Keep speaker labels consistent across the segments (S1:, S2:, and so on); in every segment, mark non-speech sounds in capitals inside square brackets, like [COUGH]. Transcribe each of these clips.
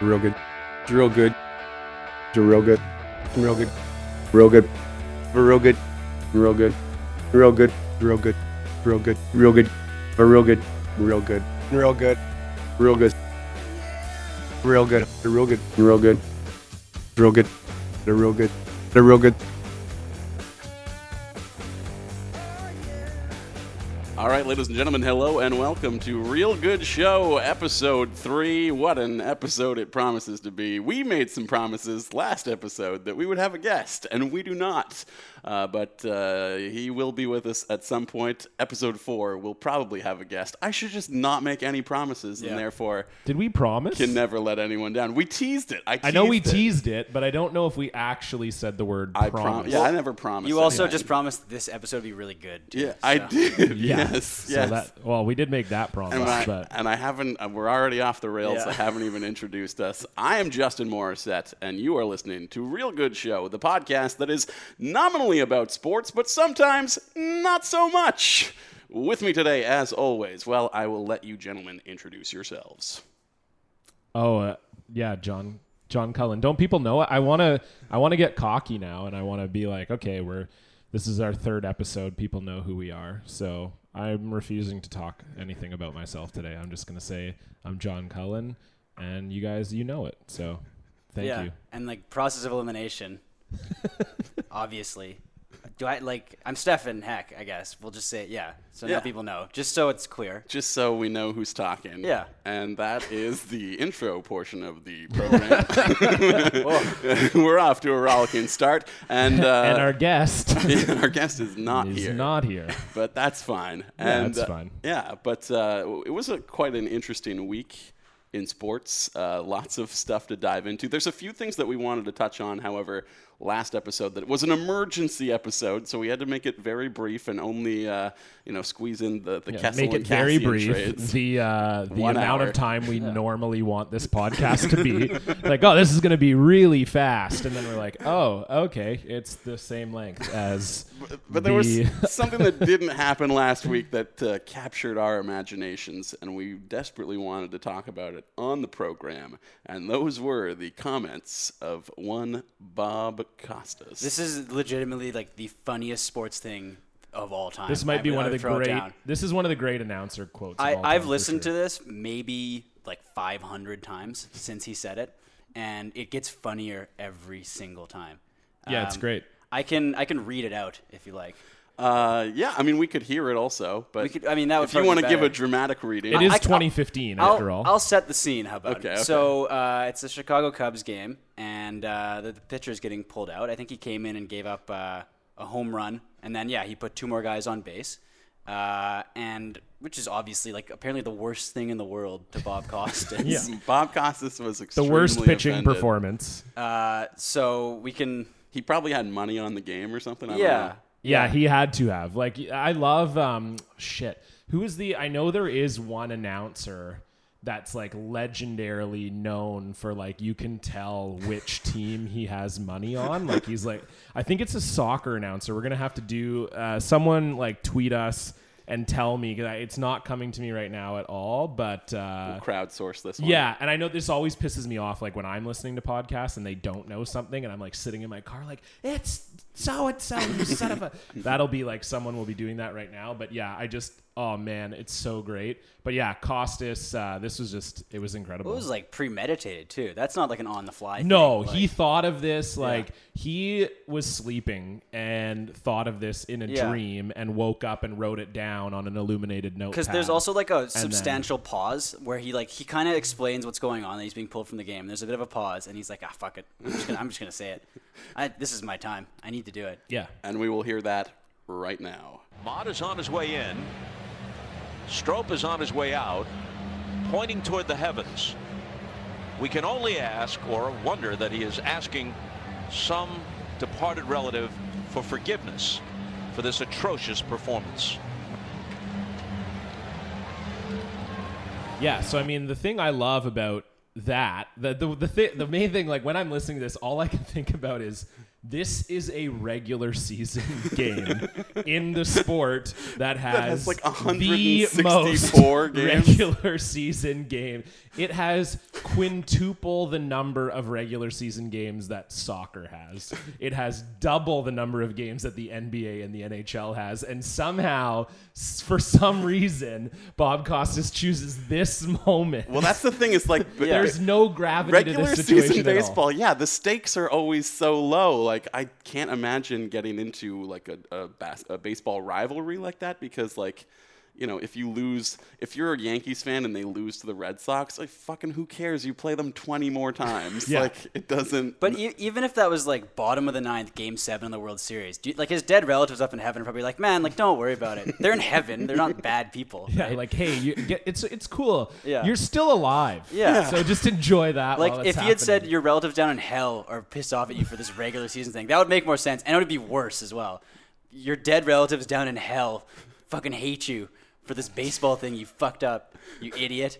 S1: Real good. It's real good. It's real good. It's real good.
S2: Real good.
S1: Real good. Real good.
S2: Real good.
S1: Real good. Real good.
S2: Real good.
S1: Real good. Real good. Real good.
S2: Real good.
S1: Real good. Real good.
S2: Real good.
S1: Real good. Real good. Real good.
S3: All right, ladies and gentlemen, hello and welcome to Real Good Show, episode three. What an episode it promises to be. We made some promises last episode that we would have a guest, and we do not. Uh, but uh, he will be with us at some point. Episode four will probably have a guest. I should just not make any promises, and therefore
S4: Did we promise?
S3: can never let anyone down. We teased it. I, teased
S4: I know we
S3: it.
S4: teased it, but I don't know if we actually said the word
S3: I prom-
S4: promise.
S3: Yeah, I never promised.
S5: You also
S3: anything.
S5: just promised this episode would be really good. Too,
S3: Yeah, I
S5: so.
S3: did.
S4: Yeah.
S3: Yes.
S4: So
S3: yes.
S4: that- well, we did make that promise,
S3: And I,
S4: but
S3: and I haven't, uh, we're already off the rails.
S5: Yeah.
S3: I haven't even introduced us. I am Justin Morissette, and you are listening to Real Good Show, the podcast that is nominally about sports, but sometimes not so much. With me today, as always, well, I will let you gentlemen introduce yourselves.
S4: oh uh, yeah, John John Cullen. Don't people know? I want to I want to get cocky now, and I want to be like, okay, we're this is our third episode. People know who we are, so I'm refusing to talk anything about myself today. I'm just gonna say I'm John Cullen, and you guys, you know it. So thank
S5: yeah,
S4: you.
S5: and like process
S4: [LAUGHS]
S5: of elimination. obviously, do I like? I'm Stefan Heck, I guess. We'll just say it, yeah, so
S3: Yeah.
S5: now people know, just so it's clear.
S3: Just so we know who's talking.
S5: Yeah.
S3: And that is the intro portion of the
S5: [LAUGHS]
S3: program. [LAUGHS] We're off to a rollicking start. And, uh, [LAUGHS]
S4: and our guest
S3: our guest is not
S4: is
S3: here.
S4: not here.
S3: but that's fine.
S4: [LAUGHS] Yeah,
S3: and,
S4: that's
S3: uh,
S4: fine.
S3: yeah, but uh, w- it was a, quite an interesting week in sports. Uh, lots of stuff to dive into. There's a few things that we wanted to touch on, however, last episode that was an emergency episode, so we had to make it very brief and only uh, you know squeeze in the the
S4: Yeah,
S3: Kessel
S4: make it
S3: and
S4: very
S3: Cassian
S4: brief. [LAUGHS]
S3: trades.
S4: The uh, the
S3: One
S4: amount
S3: hour.
S4: of time we normally want this podcast
S3: [LAUGHS]
S4: to be like, oh, this is going to be really fast, and then we're like, oh, okay, it's the same length as.
S3: But there was
S4: the-
S3: something that didn't happen last week that uh, captured our imaginations, and we desperately wanted to talk about it on the program. And those were the comments of one Bob Costas.
S5: This is legitimately like the funniest sports thing of all
S4: [LAUGHS]
S5: time.
S4: This might
S5: I
S4: be
S5: would-
S4: one
S5: I
S4: of the
S5: would throw it
S4: great.
S5: down.
S4: This is one of the great announcer quotes. of
S5: I,
S4: all
S5: I've
S4: time, for
S5: listened
S4: sure.
S5: to this maybe like 500 times since he said it, and it gets funnier every single time. Um,
S4: Yeah, it's great.
S5: I can I can read it out if you like.
S3: Uh, yeah, I mean, we could hear it also, but
S5: We could- I mean, that would
S3: if you
S5: probably
S3: want
S5: be
S3: to give a
S5: better.
S3: dramatic reading,
S4: It is
S5: I- I'll-
S4: 2015 after all.
S5: I'll set the scene. How about
S3: Okay,
S5: it?
S3: okay.
S5: So uh, it's the Chicago Cubs game, and uh, the, the pitcher is getting pulled out. I think he came in and gave up uh, a home run, and then yeah, he put two more guys on base, uh, and which is obviously like apparently the worst thing in the world to Bob Costas.
S4: [LAUGHS] Yeah.
S3: Bob Costas was extremely
S4: the worst pitching
S3: offended.
S4: performance.
S5: Uh, so we can
S3: He probably had money on the game or something. I Don't
S5: yeah.
S3: know.
S4: Yeah, he had to have. Like I love um shit. Who is the I know there is one announcer that's like legendarily known for like you can tell which team he has money on. Like he's like I think it's a soccer announcer. We're going to have to do uh someone like tweet us and tell me 'cause I it's not coming to me right now at all, but uh
S3: crowdsource this one.
S4: yeah, and I know this always pisses me off. Like when I'm listening to podcasts and they don't know something, and I'm like sitting in my car, like it's so and so, you [LAUGHS] son of a. That'll be like someone will be doing that right now. But yeah, I just, oh man, it's so great. But yeah, Costas, uh, this was just, it was incredible.
S5: It was like premeditated too. That's not like an on the fly.
S4: No,
S5: thing.
S4: he thought of this like he was sleeping and thought of this in a
S5: Yeah.
S4: dream and woke up and wrote it down on an illuminated note.
S5: because there's also like a substantial pause where he like he kind of explains what's going on that he's being pulled from the game. There's a bit of a pause, and he's like, "Ah, fuck it, I'm just gonna, I'm just gonna say it. I, this is my time. I need to do it."
S4: yeah.
S3: and we will hear that right now.
S6: Mott is on his way in. Strope is on his way out, pointing toward the heavens. We can only ask or wonder that he is asking some departed relative for forgiveness for this atrocious performance.
S4: Yeah, so I mean, the thing I love about that, the the the, th- the main thing, like when I'm listening to this, all I can [LAUGHS] think about is This is a regular season [LAUGHS] game in the sport that has,
S3: has, like,
S4: the
S3: 164
S4: most
S3: games.
S4: [LAUGHS] regular season game. It has quintuple the number of regular season games that soccer has. It has double the number of games that the NBA and the NHL has. And somehow, s- for some reason, Bob Costas chooses this moment.
S3: Well, that's the thing. It's
S5: [LAUGHS]
S3: like
S4: There's no gravity to
S3: regular
S4: this situation
S3: season
S4: at all.
S3: baseball. Yeah, the stakes are always so low. Like I can't imagine getting into like a a, bas- a baseball rivalry like that because like. You know, if you lose, if you're a Yankees fan and they lose to the Red Sox, like fucking who cares? You play them 20 more times.
S4: Yeah.
S3: Like it doesn't.
S5: But e- even if that was like bottom of the ninth, game seven of the World Series, do you, like his dead relatives up in heaven are probably like, man, like don't worry about it. They're in heaven. They're not bad people.
S4: [LAUGHS] Yeah,
S5: right?
S4: like hey, you get, it's it's cool.
S5: Yeah.
S4: you're still alive.
S5: Yeah.
S4: so just enjoy that.
S5: Like
S4: while
S5: if
S4: it's
S5: you had said
S4: happening.
S5: your relatives down in hell are pissed off at you for this regular season thing, that would make more sense, and it would be worse as well. Your dead relatives down in hell fucking hate you for this baseball thing you fucked up, you idiot.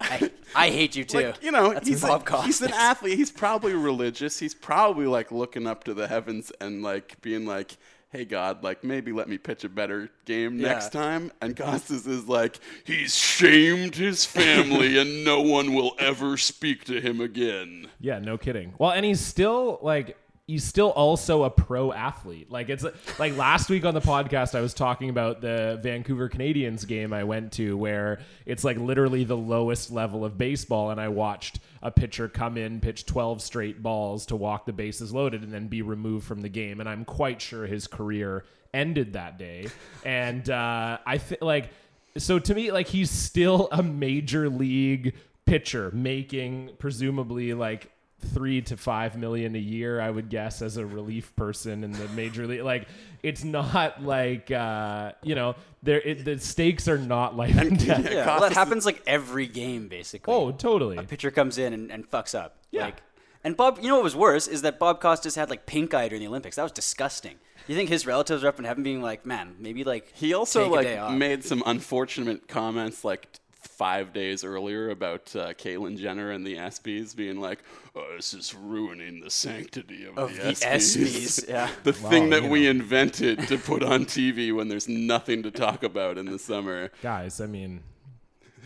S5: I, I hate you too.
S3: Like, you know,
S5: That's
S3: he's, a-
S5: Bob Costas.
S3: he's an athlete. He's probably religious. He's probably like looking up to the heavens and like being like, hey, God, like maybe let me pitch a better game
S5: Yeah.
S3: next time. And Costas is like, he's shamed his
S5: [LAUGHS]
S3: family and no one will ever speak to him again.
S4: yeah, no kidding. Well, and he's still like he's still also a pro athlete. Like it's like last week on the podcast, I was talking about the Vancouver Canadians game I went to, where it's like literally the lowest level of baseball, and I watched a pitcher come in, pitch twelve straight balls to walk the bases loaded, and then be removed from the game. And I'm quite sure his career ended that day. And uh, I think like. so to me like he's still a major league pitcher making presumably like three to five million a year i would guess as a relief person in the major league like it's not like uh you know there it, the stakes are not life and death
S5: [LAUGHS] yeah, well, that happens like every game basically.
S4: oh totally
S5: pitcher comes in and, and fucks up.
S4: Yeah.
S5: Like, and Bob, you know what was worse is that Bob Costas had like pink eye during the Olympics. That was disgusting. You think his relatives are up in heaven being like, man, maybe like
S3: He also
S5: take a day
S3: like
S5: off."
S3: made some unfortunate comments like t- five days earlier about uh, Caitlyn Jenner and the ESPYS being like, oh, "This is ruining the sanctity of,
S5: Of
S3: the, [LAUGHS]
S4: [LAUGHS]
S5: the
S3: ESPYS."
S5: ESPYs, yeah.
S3: the thing
S4: Wow,
S3: that
S4: you
S3: we invented to put on TV when there's nothing to talk about in the summer.
S4: guys i mean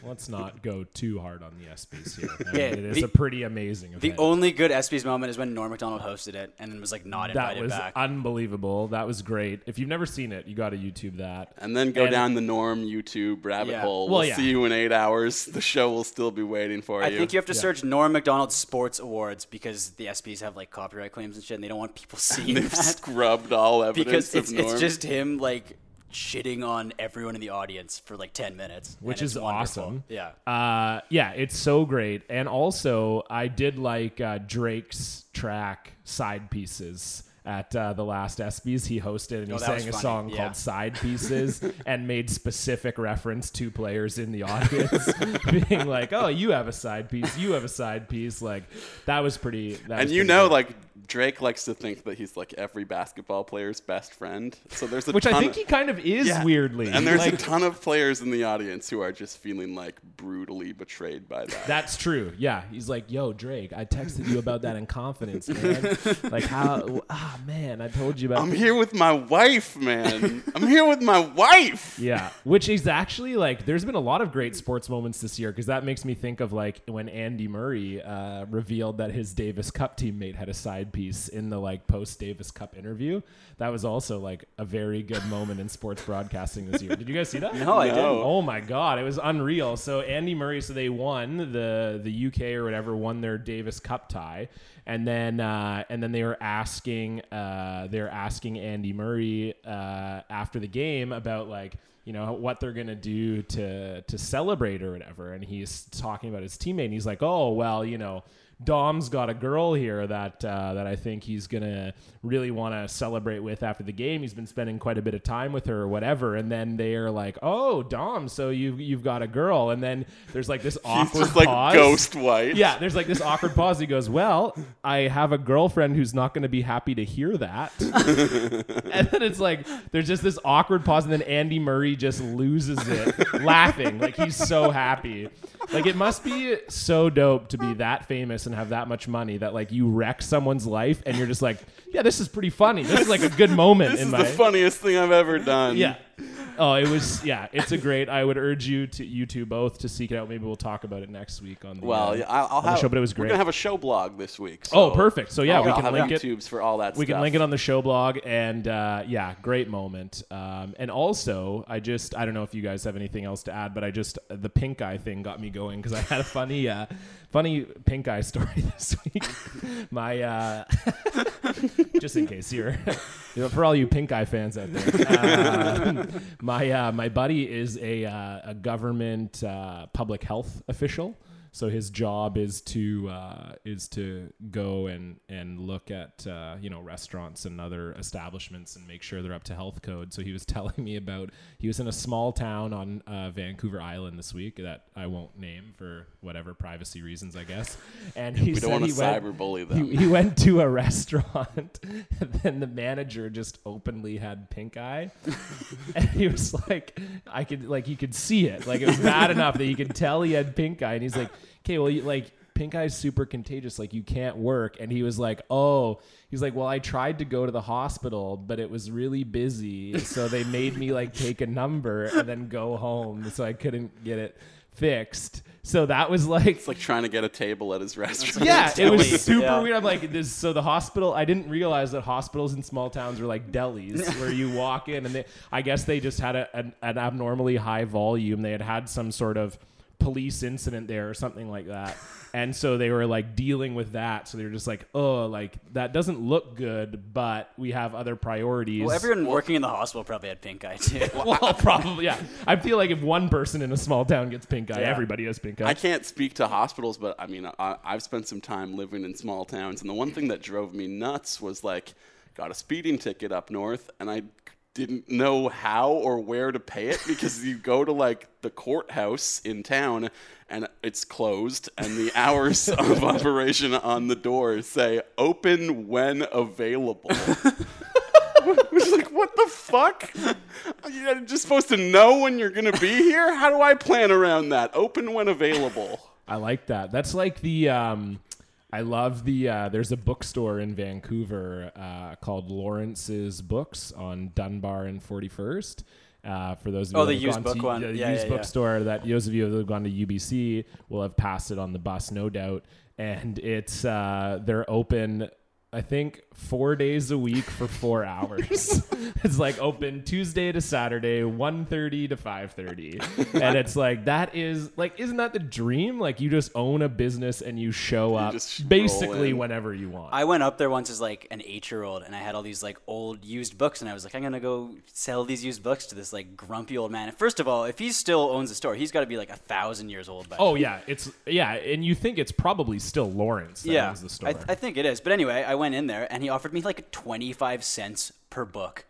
S4: let's not go too hard on the sbs here I mean,
S5: Yeah,
S4: it is
S5: the-
S4: a pretty amazing event
S5: the only good ESPYS moment is when Norm Macdonald hosted it and then was like not
S4: that
S5: invited
S4: was
S5: back.
S4: unbelievable that was great if you've never seen it you got to youtube that
S3: And then go
S4: And-
S3: down the norm YouTube rabbit
S5: Yeah.
S3: hole. We'll,
S4: Well, yeah.
S3: see you in eight hours. The show will still be waiting for
S5: I
S3: you.
S5: think you have to search Norm Macdonald Sports Awards because the ESPYS have like copyright claims and shit, and they don't want people [LAUGHS] seeing
S3: They've
S5: that
S3: scrubbed all evidence
S5: because it's,
S3: of norm.
S5: it's just him like shitting on everyone in the audience for like ten minutes, and
S4: which
S5: it's
S4: is
S5: wonderful.
S4: awesome.
S5: Yeah,
S4: Uh, yeah, it's so great. And also, I did like uh, Drake's track "Side Pieces." At uh, the last ESPYS, he hosted and he
S5: Oh, that was
S4: sang a
S5: funny.
S4: song
S5: Yeah.
S4: called "Side
S5: [LAUGHS]
S4: Pieces" and made specific reference to players in the audience,
S5: [LAUGHS]
S4: being like, "Oh, you have a side piece. You have a side piece." Like that was pretty. That
S3: and
S4: was
S3: you
S4: pretty
S3: know,
S4: great.
S3: like Drake likes to think that he's like every basketball player's best friend. So there's a
S4: which
S3: ton
S4: I think
S3: of-
S4: he kind of is
S3: Yeah.
S4: weirdly.
S3: [LAUGHS] And there's
S4: like,
S3: a ton of players in the audience who are just feeling like brutally betrayed by that.
S4: That's true. Yeah, he's like, "Yo, Drake, I texted you about that in confidence, man. like, how? Ah, man, I told you about."
S3: I'm here with my wife, man. I'm here with my wife.
S4: yeah, which is actually like, there's been a lot of great sports moments this year because that makes me think of like when Andy Murray uh, revealed that his Davis Cup teammate had a side piece in the like post Davis Cup interview. That was also like a very good moment in sports broadcasting this year. Did you guys see that?
S5: no, I didn't.
S4: Oh my god, it was unreal. So Andy Murray, so they won the the UK or whatever won their Davis Cup tie, and then uh, and then they were asking uh, they're asking Andy Murray uh, after the game about like you know what they're gonna do to to celebrate or whatever, and he's talking about his teammate, and he's like, oh well, you know. Dom's got a girl here that uh, that I think he's gonna really want to celebrate with after the game. He's been spending quite a bit of time with her or whatever. And then they are like, "Oh, Dom, so you you've got a girl." And then there's like
S3: [LAUGHS]
S4: this
S3: He's
S4: awkward
S3: just like
S4: pause.
S3: ghost white.
S4: Yeah, there's like this awkward pause. He goes, "Well, I have a girlfriend who's not going to be happy to hear
S3: [LAUGHS]
S4: that." and then it's like there's just this awkward pause, and then Andy Murray just loses it, laughing like he's so happy. Like it must be so dope to be that famous and have that much money that like you wreck someone's life and you're just like, yeah, this is pretty funny. This is like a good moment
S3: This
S4: in
S3: is
S4: my
S3: the funniest thing I've ever done.
S4: yeah. Oh, it was yeah. It's a great. I would urge you to you two both to seek it out. Maybe we'll talk about it next week on the
S3: Well,
S4: uh,
S3: yeah, I'll, I'll
S4: on the
S3: have.
S4: show. But it was
S3: We're
S4: great.
S3: gonna have a show blog this week.
S4: Oh,
S3: so
S4: perfect. So, yeah,
S3: I'll-
S4: we
S3: I'll
S4: can
S3: have
S4: link it-
S3: YouTubes for all that.
S4: we can
S3: stuff.
S4: link it on the show blog and uh, yeah great moment um, and also i just i don't know if you guys have anything else to add but i just the pink eye thing got me going because i had a funny uh, funny pink eye story [LAUGHS] this week my uh, [LAUGHS] just in case you're [LAUGHS] you know, for all you pink eye fans out there uh, my uh, my buddy is a, uh, a government uh, public health official so his job is to uh, is to go and and look at uh, you know restaurants and other establishments and make sure they're up to health code. So he was [LAUGHS] telling me about he was in a small town on uh, Vancouver Island this week that I won't name for whatever privacy reasons, I guess. And he
S3: We don't
S4: said
S3: wanna
S4: he went-
S3: cyberbully
S4: he-
S3: them.
S4: he went to a [LAUGHS] restaurant [LAUGHS] and then the manager just openly had pink eye [LAUGHS] and he was like i could like you could see it like it was bad enough that you could tell he had pink eye and he's like okay well you like pink eye's super contagious like you can't work and he was like oh he's like well i tried to go to the hospital but it was really busy so they made me like take a number and then go home so i couldn't get it fixed so that was like
S3: It's like trying to get a table at his restaurant.
S4: yeah, it
S5: Deli,
S4: was super
S5: yeah.
S4: weird. I'm like, this. So the hospital, I didn't realize that hospitals in small towns were like
S5: [LAUGHS]
S4: delis, where you walk in and they. I guess they just had a, an, an abnormally high volume. They had had some sort of police incident there or something like that, and so they were like dealing with that. So they were just like, oh, like that doesn't look good, but we have other priorities.
S5: Well, everyone working in the hospital probably had pink eye too.
S4: [LAUGHS] well, probably, yeah. I feel like if one person in a small town gets pink eye,
S5: Yeah.
S4: everybody has pink eye.
S3: I can't speak to hospitals, but I mean, I, I've spent some time living in small towns, and the one thing that drove me nuts was like, got a speeding ticket up north, and I didn't know how or where to pay it because you go to like the courthouse in town and it's closed and the hours of operation on the door say open when available [LAUGHS] was like, what the fuck? You're just supposed to know when you're going to be here? How do I plan around that? Open when available.
S4: I like that. That's like the um I love the uh there's a bookstore in Vancouver uh called Lawrence's Books on Dunbar and 41st. Uh, for those of you
S5: Oh,
S4: that
S5: the
S4: have
S5: used
S4: gone
S5: book
S4: to,
S5: one.
S4: the
S5: Yeah,
S4: used
S5: yeah, yeah.
S4: bookstore that those of you that have gone to UBC will have passed it on the bus, no doubt. And it's uh, they're open, I think, four days a week for
S5: [LAUGHS]
S4: four hours. [LAUGHS] it's like open Tuesday to Saturday, 1.30 to five thirty, and it's like that is like isn't that the dream? Like you just own a business and you show up
S3: just roll
S4: basically
S3: in.
S4: whenever you want.
S5: I went up there once as like an eight year old and I had all these like old used books and I was like, I'm gonna go sell these used books to this like grumpy old man. And first of all, if he still owns the store, he's gotta be like a thousand years old by now.
S4: Oh yeah, it's yeah, and you think it's probably still Lawrence that owns the store.
S5: I, th- I think it is. But anyway, I went in there and he offered me like 25 cents per book.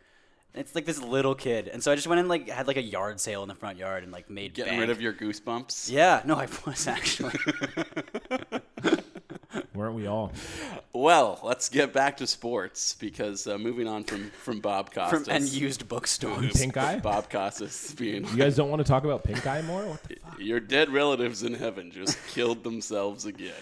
S5: It's like this little kid. And so I just went in like had like a yard sale in the front yard and like made
S3: Getting
S5: bank.
S3: rid of your goosebumps.
S5: Yeah, no, I
S3: [LAUGHS]
S5: was actually.
S4: Weren't we all?
S3: Well, let's get back to sports because uh, moving on from, from Bob Costas.
S5: [LAUGHS] From and used bookstores.
S4: Pink eye.
S3: Bob Costas being
S4: You guys don't want to talk about pink eye more? What the
S3: [LAUGHS]
S4: fuck?
S3: Your dead relatives in heaven just killed themselves again.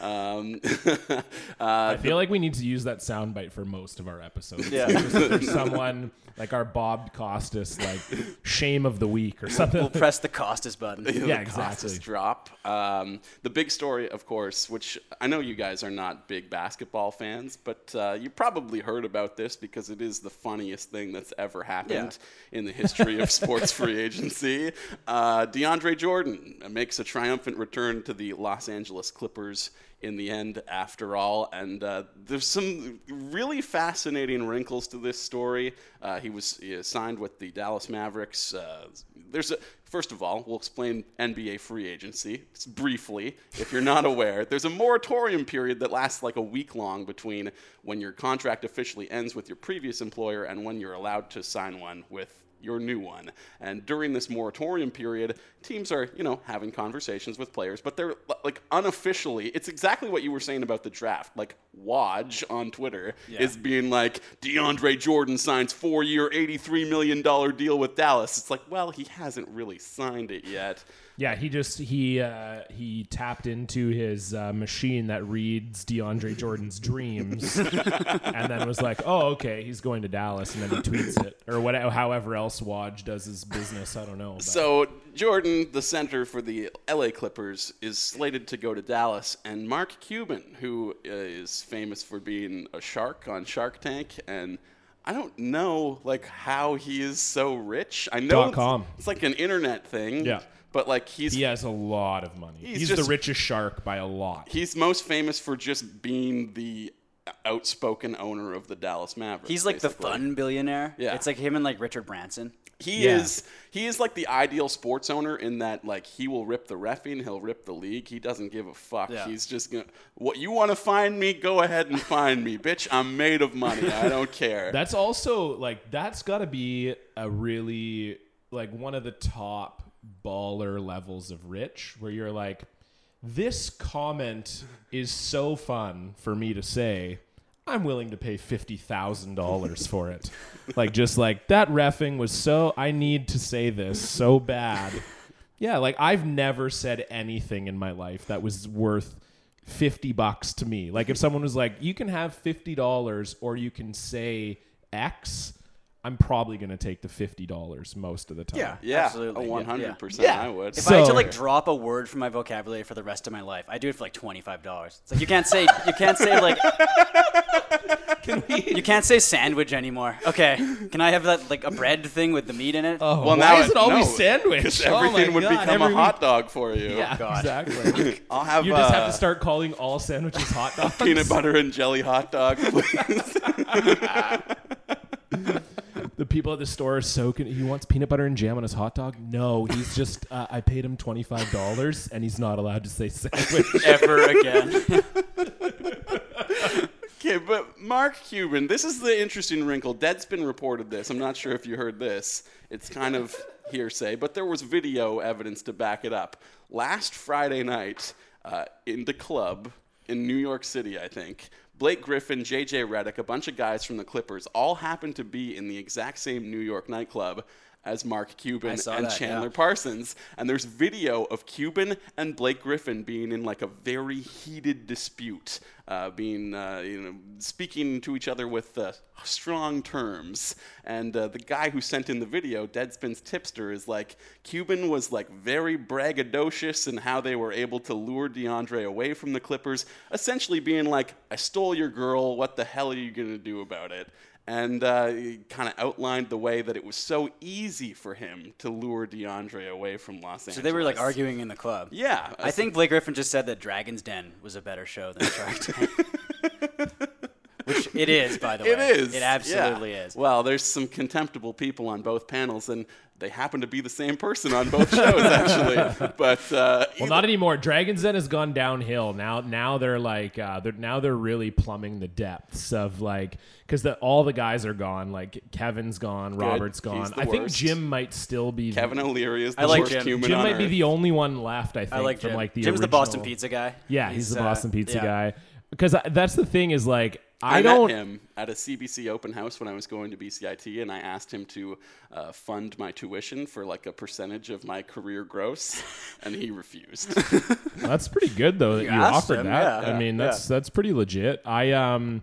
S3: Um, uh,
S4: I feel like we need to use that soundbite for most of our episodes.
S5: Yeah.
S4: [LAUGHS] Just for someone like our Bob Costas, like shame of the week or something.
S5: We'll press the Costas
S3: [LAUGHS]
S5: button.
S4: Yeah,
S3: the cost
S4: exactly.
S3: is drop. Um, the big story, of course, which I know you guys are not big basketball fans, but uh, you probably heard about this because it is the funniest thing that's ever happened in the history
S4: [LAUGHS]
S3: of sports free agency. Uh, DeAndre Jordan makes a triumphant return to the Los Angeles Clippers in the end, after all. And uh, there's some really fascinating wrinkles to this story. Uh, he was uh, signed with the Dallas Mavericks. Uh, there's a, first of all, we'll explain NBA free agency s- briefly. If you're not aware, there's a moratorium period that lasts like a week long between when your contract officially ends with your previous employer and when you're allowed to sign one with your new one. And during this moratorium period, teams are, you know, having conversations with players, but they're like unofficially, it's exactly what you were saying about the draft. Like Woj on Twitter is being like, DeAndre Jordan signs four year, $83 million deal with Dallas. It's like, well, he hasn't really signed it yet.
S4: Yeah, he just he uh, he tapped into his uh, machine that reads DeAndre Jordan's dreams, and then was like, "Oh, okay, he's going to Dallas," and then he tweets it or whatever. However else Woj does his business, I don't know. But
S3: So Jordan, the center for the LA Clippers, is slated to go to Dallas, and Mark Cuban, who uh, is famous for being a shark on Shark Tank, and I don't know like how he is so rich. I know
S4: Dot com.
S3: It's, it's like an internet thing.
S4: Yeah.
S3: But like he's
S4: he has a lot of money. He's,
S3: just-
S4: the richest shark by a lot.
S3: he's most famous for just being the outspoken owner of the Dallas Mavericks.
S5: He's like
S3: basically.
S5: the fun billionaire.
S3: Yeah.
S5: It's like him and like Richard Branson.
S3: He
S4: Yeah.
S3: is he is like the ideal sports owner in that like he will rip the refing, he'll rip the league. He doesn't give a fuck.
S5: Yeah.
S3: He's just gonna what you want to find me, go ahead and find me, bitch. I'm made of money. I don't care.
S4: That's also like that's got to be a really like one of the top baller levels of rich where you're like this comment is so fun for me to say I'm willing to pay $50,000 for it. like just like that refing was so I need to say this so bad. Yeah, like I've never said anything in my life that was worth 50 bucks to me. Like if someone was like, "You can have $50 or you can say X," I'm probably going to take the $50 most of the time.
S5: Yeah.
S3: yeah,
S5: Absolutely. Yeah,
S3: a
S5: yeah.
S3: 100. percent
S4: Yeah.
S3: I would.
S4: If
S5: If I had to
S4: So-
S5: like drop a word from my vocabulary for the rest of my life, I do it for like twenty five dollars. It's like you can't say you can't
S3: [LAUGHS]
S5: say like you can't say sandwich anymore. Okay, can I have that like a bread thing with the meat in it?
S4: Oh,
S3: Well,
S4: why
S3: now
S4: is it
S3: I-
S4: always
S3: no,
S4: sandwich? Oh my
S3: Everything would
S4: God,
S3: become
S4: every
S3: a
S4: week-
S3: hot dog for you.
S4: Yeah,
S5: God.
S4: exactly.
S3: [LAUGHS] I'll have
S4: you just
S3: uh,
S4: have to start calling all sandwiches hot dogs.
S3: [LAUGHS] peanut butter and jelly hot dog.
S4: [LAUGHS]
S3: please.
S4: The people at the store are so. Con- he wants peanut butter and jam on his hot dog. No, he's just. Uh, I paid him twenty five dollars, and he's not allowed to say [LAUGHS] sandwich.
S5: Ever again.
S3: Okay, but Mark Cuban, this is the interesting wrinkle. Deadspin reported this. I'm not sure if you heard this. It's kind of hearsay, but there was video evidence to back it up. Last Friday night, uh, in the club in New York City, I think, Blake Griffin, JJ Redick, a bunch of guys from the Clippers, all happened to be in the exact same New York nightclub as Mark Cuban and
S5: saw that, yeah.
S3: Chandler Parsons, and there's video of Cuban and Blake Griffin being in like a very heated dispute, uh, being uh, you know speaking to each other with uh, strong terms. And uh, the guy who sent in the video, Deadspin's tipster, is like Cuban was like very braggadocious in how they were able to lure DeAndre away from the Clippers, essentially being like, "I stole your girl. What the hell are you gonna do about it?" and uh, kind of outlined the way that it was so easy for him to lure DeAndre away from Los Angeles.
S5: So they were like arguing in the club.
S3: yeah,
S5: I think Blake Griffin just said that Dragon's Den was a better show than
S3: [LAUGHS]
S5: Shark Tank. Which it is, by the way.
S3: it is.
S5: It
S3: yeah.
S5: absolutely is.
S3: Well, there's some contemptible people on both panels, and they happen to be the same person on both shows,
S5: [LAUGHS]
S3: actually. But uh,
S4: well, not anymore. Dragon's Den has gone downhill. Now, now they're like, uh, they're now they're really plumbing the depths of like, because the, all the guys are gone. Like Kevin's gone, Robert's
S3: He's
S4: gone.
S3: the
S4: I think
S3: worst.
S4: Jim might still be.
S3: Kevin O'Leary is the
S5: like
S3: worst
S5: Jim.
S3: human
S4: Jim
S3: on
S4: might be
S3: earth.
S4: the only one left. I think
S5: I like
S4: from
S5: Jim.
S4: like the
S5: Jim's the Boston
S4: original-
S5: Pizza guy.
S4: Yeah, he's, the
S5: uh,
S4: Boston pizza
S5: yeah.
S4: guy. Because that's the thing is like I,
S3: I,
S4: don't.
S3: met him at a CBC open house when I was going to BCIT, and I asked him to uh, fund my tuition for like a percentage of my career gross, and he refused. [LAUGHS]
S4: That's pretty good though that you,
S5: asked
S4: offered
S5: him,
S4: that.
S5: yeah.
S4: I mean, that's that's pretty legit. I um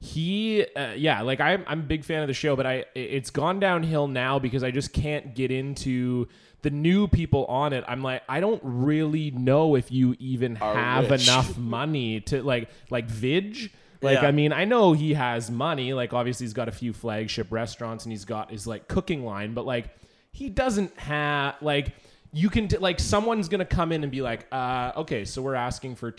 S4: he uh, yeah, like I'm I'm a big fan of the show, but I i- it's gone downhill now because I just can't get into the new people on it. I'm like I don't really know if you even have
S3: rich. [LAUGHS]
S4: enough money to like like Vidge like
S5: Yeah.
S4: I mean I know he has money like obviously he's got a few flagship restaurants and he's got his like cooking line but like he doesn't have like you can t- like someone's gonna come in and be like uh, okay so we're asking for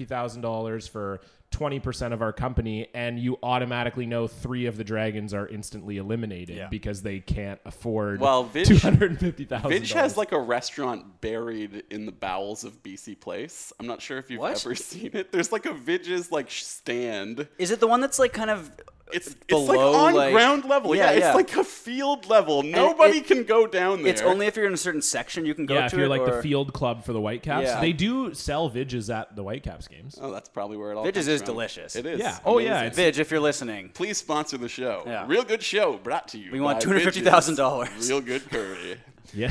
S4: $250000 for 20% of our company and you automatically know three of the dragons are instantly eliminated because they can't afford
S3: Well, Vidge-
S4: $250000
S3: Vinch has like a restaurant buried in the bowels of BC Place. I'm not sure if you've
S5: What?
S3: ever [LAUGHS] seen it. There's like a Vidge's like sh- stand.
S5: Is it the one that's like kind of
S3: It's it's
S5: Below,
S3: like on
S5: like-
S3: ground level.
S5: Yeah,
S3: Yeah,
S5: yeah.
S3: it's like a field level. Nobody
S5: it-
S3: can go down there.
S5: it's only if you're in a certain section you can go
S4: yeah, if
S5: to
S4: you're
S5: it,
S4: like the
S5: or-
S4: field club for the Whitecaps,
S5: Yeah.
S4: they do sell vidges at the Whitecaps games.
S3: Oh, that's probably where it all.
S5: Vidge's
S3: comes
S5: is
S3: from.
S5: delicious.
S3: It is.
S4: yeah. Oh yeah,
S3: amazing.
S4: it's
S5: Vidge, if you're listening,
S3: Please sponsor the show.
S5: Yeah.
S3: Real good show brought to you.
S5: we want
S3: by
S5: two hundred fifty thousand dollars. [LAUGHS]
S3: Vidge's. Real good curry. [LAUGHS]
S4: Yeah.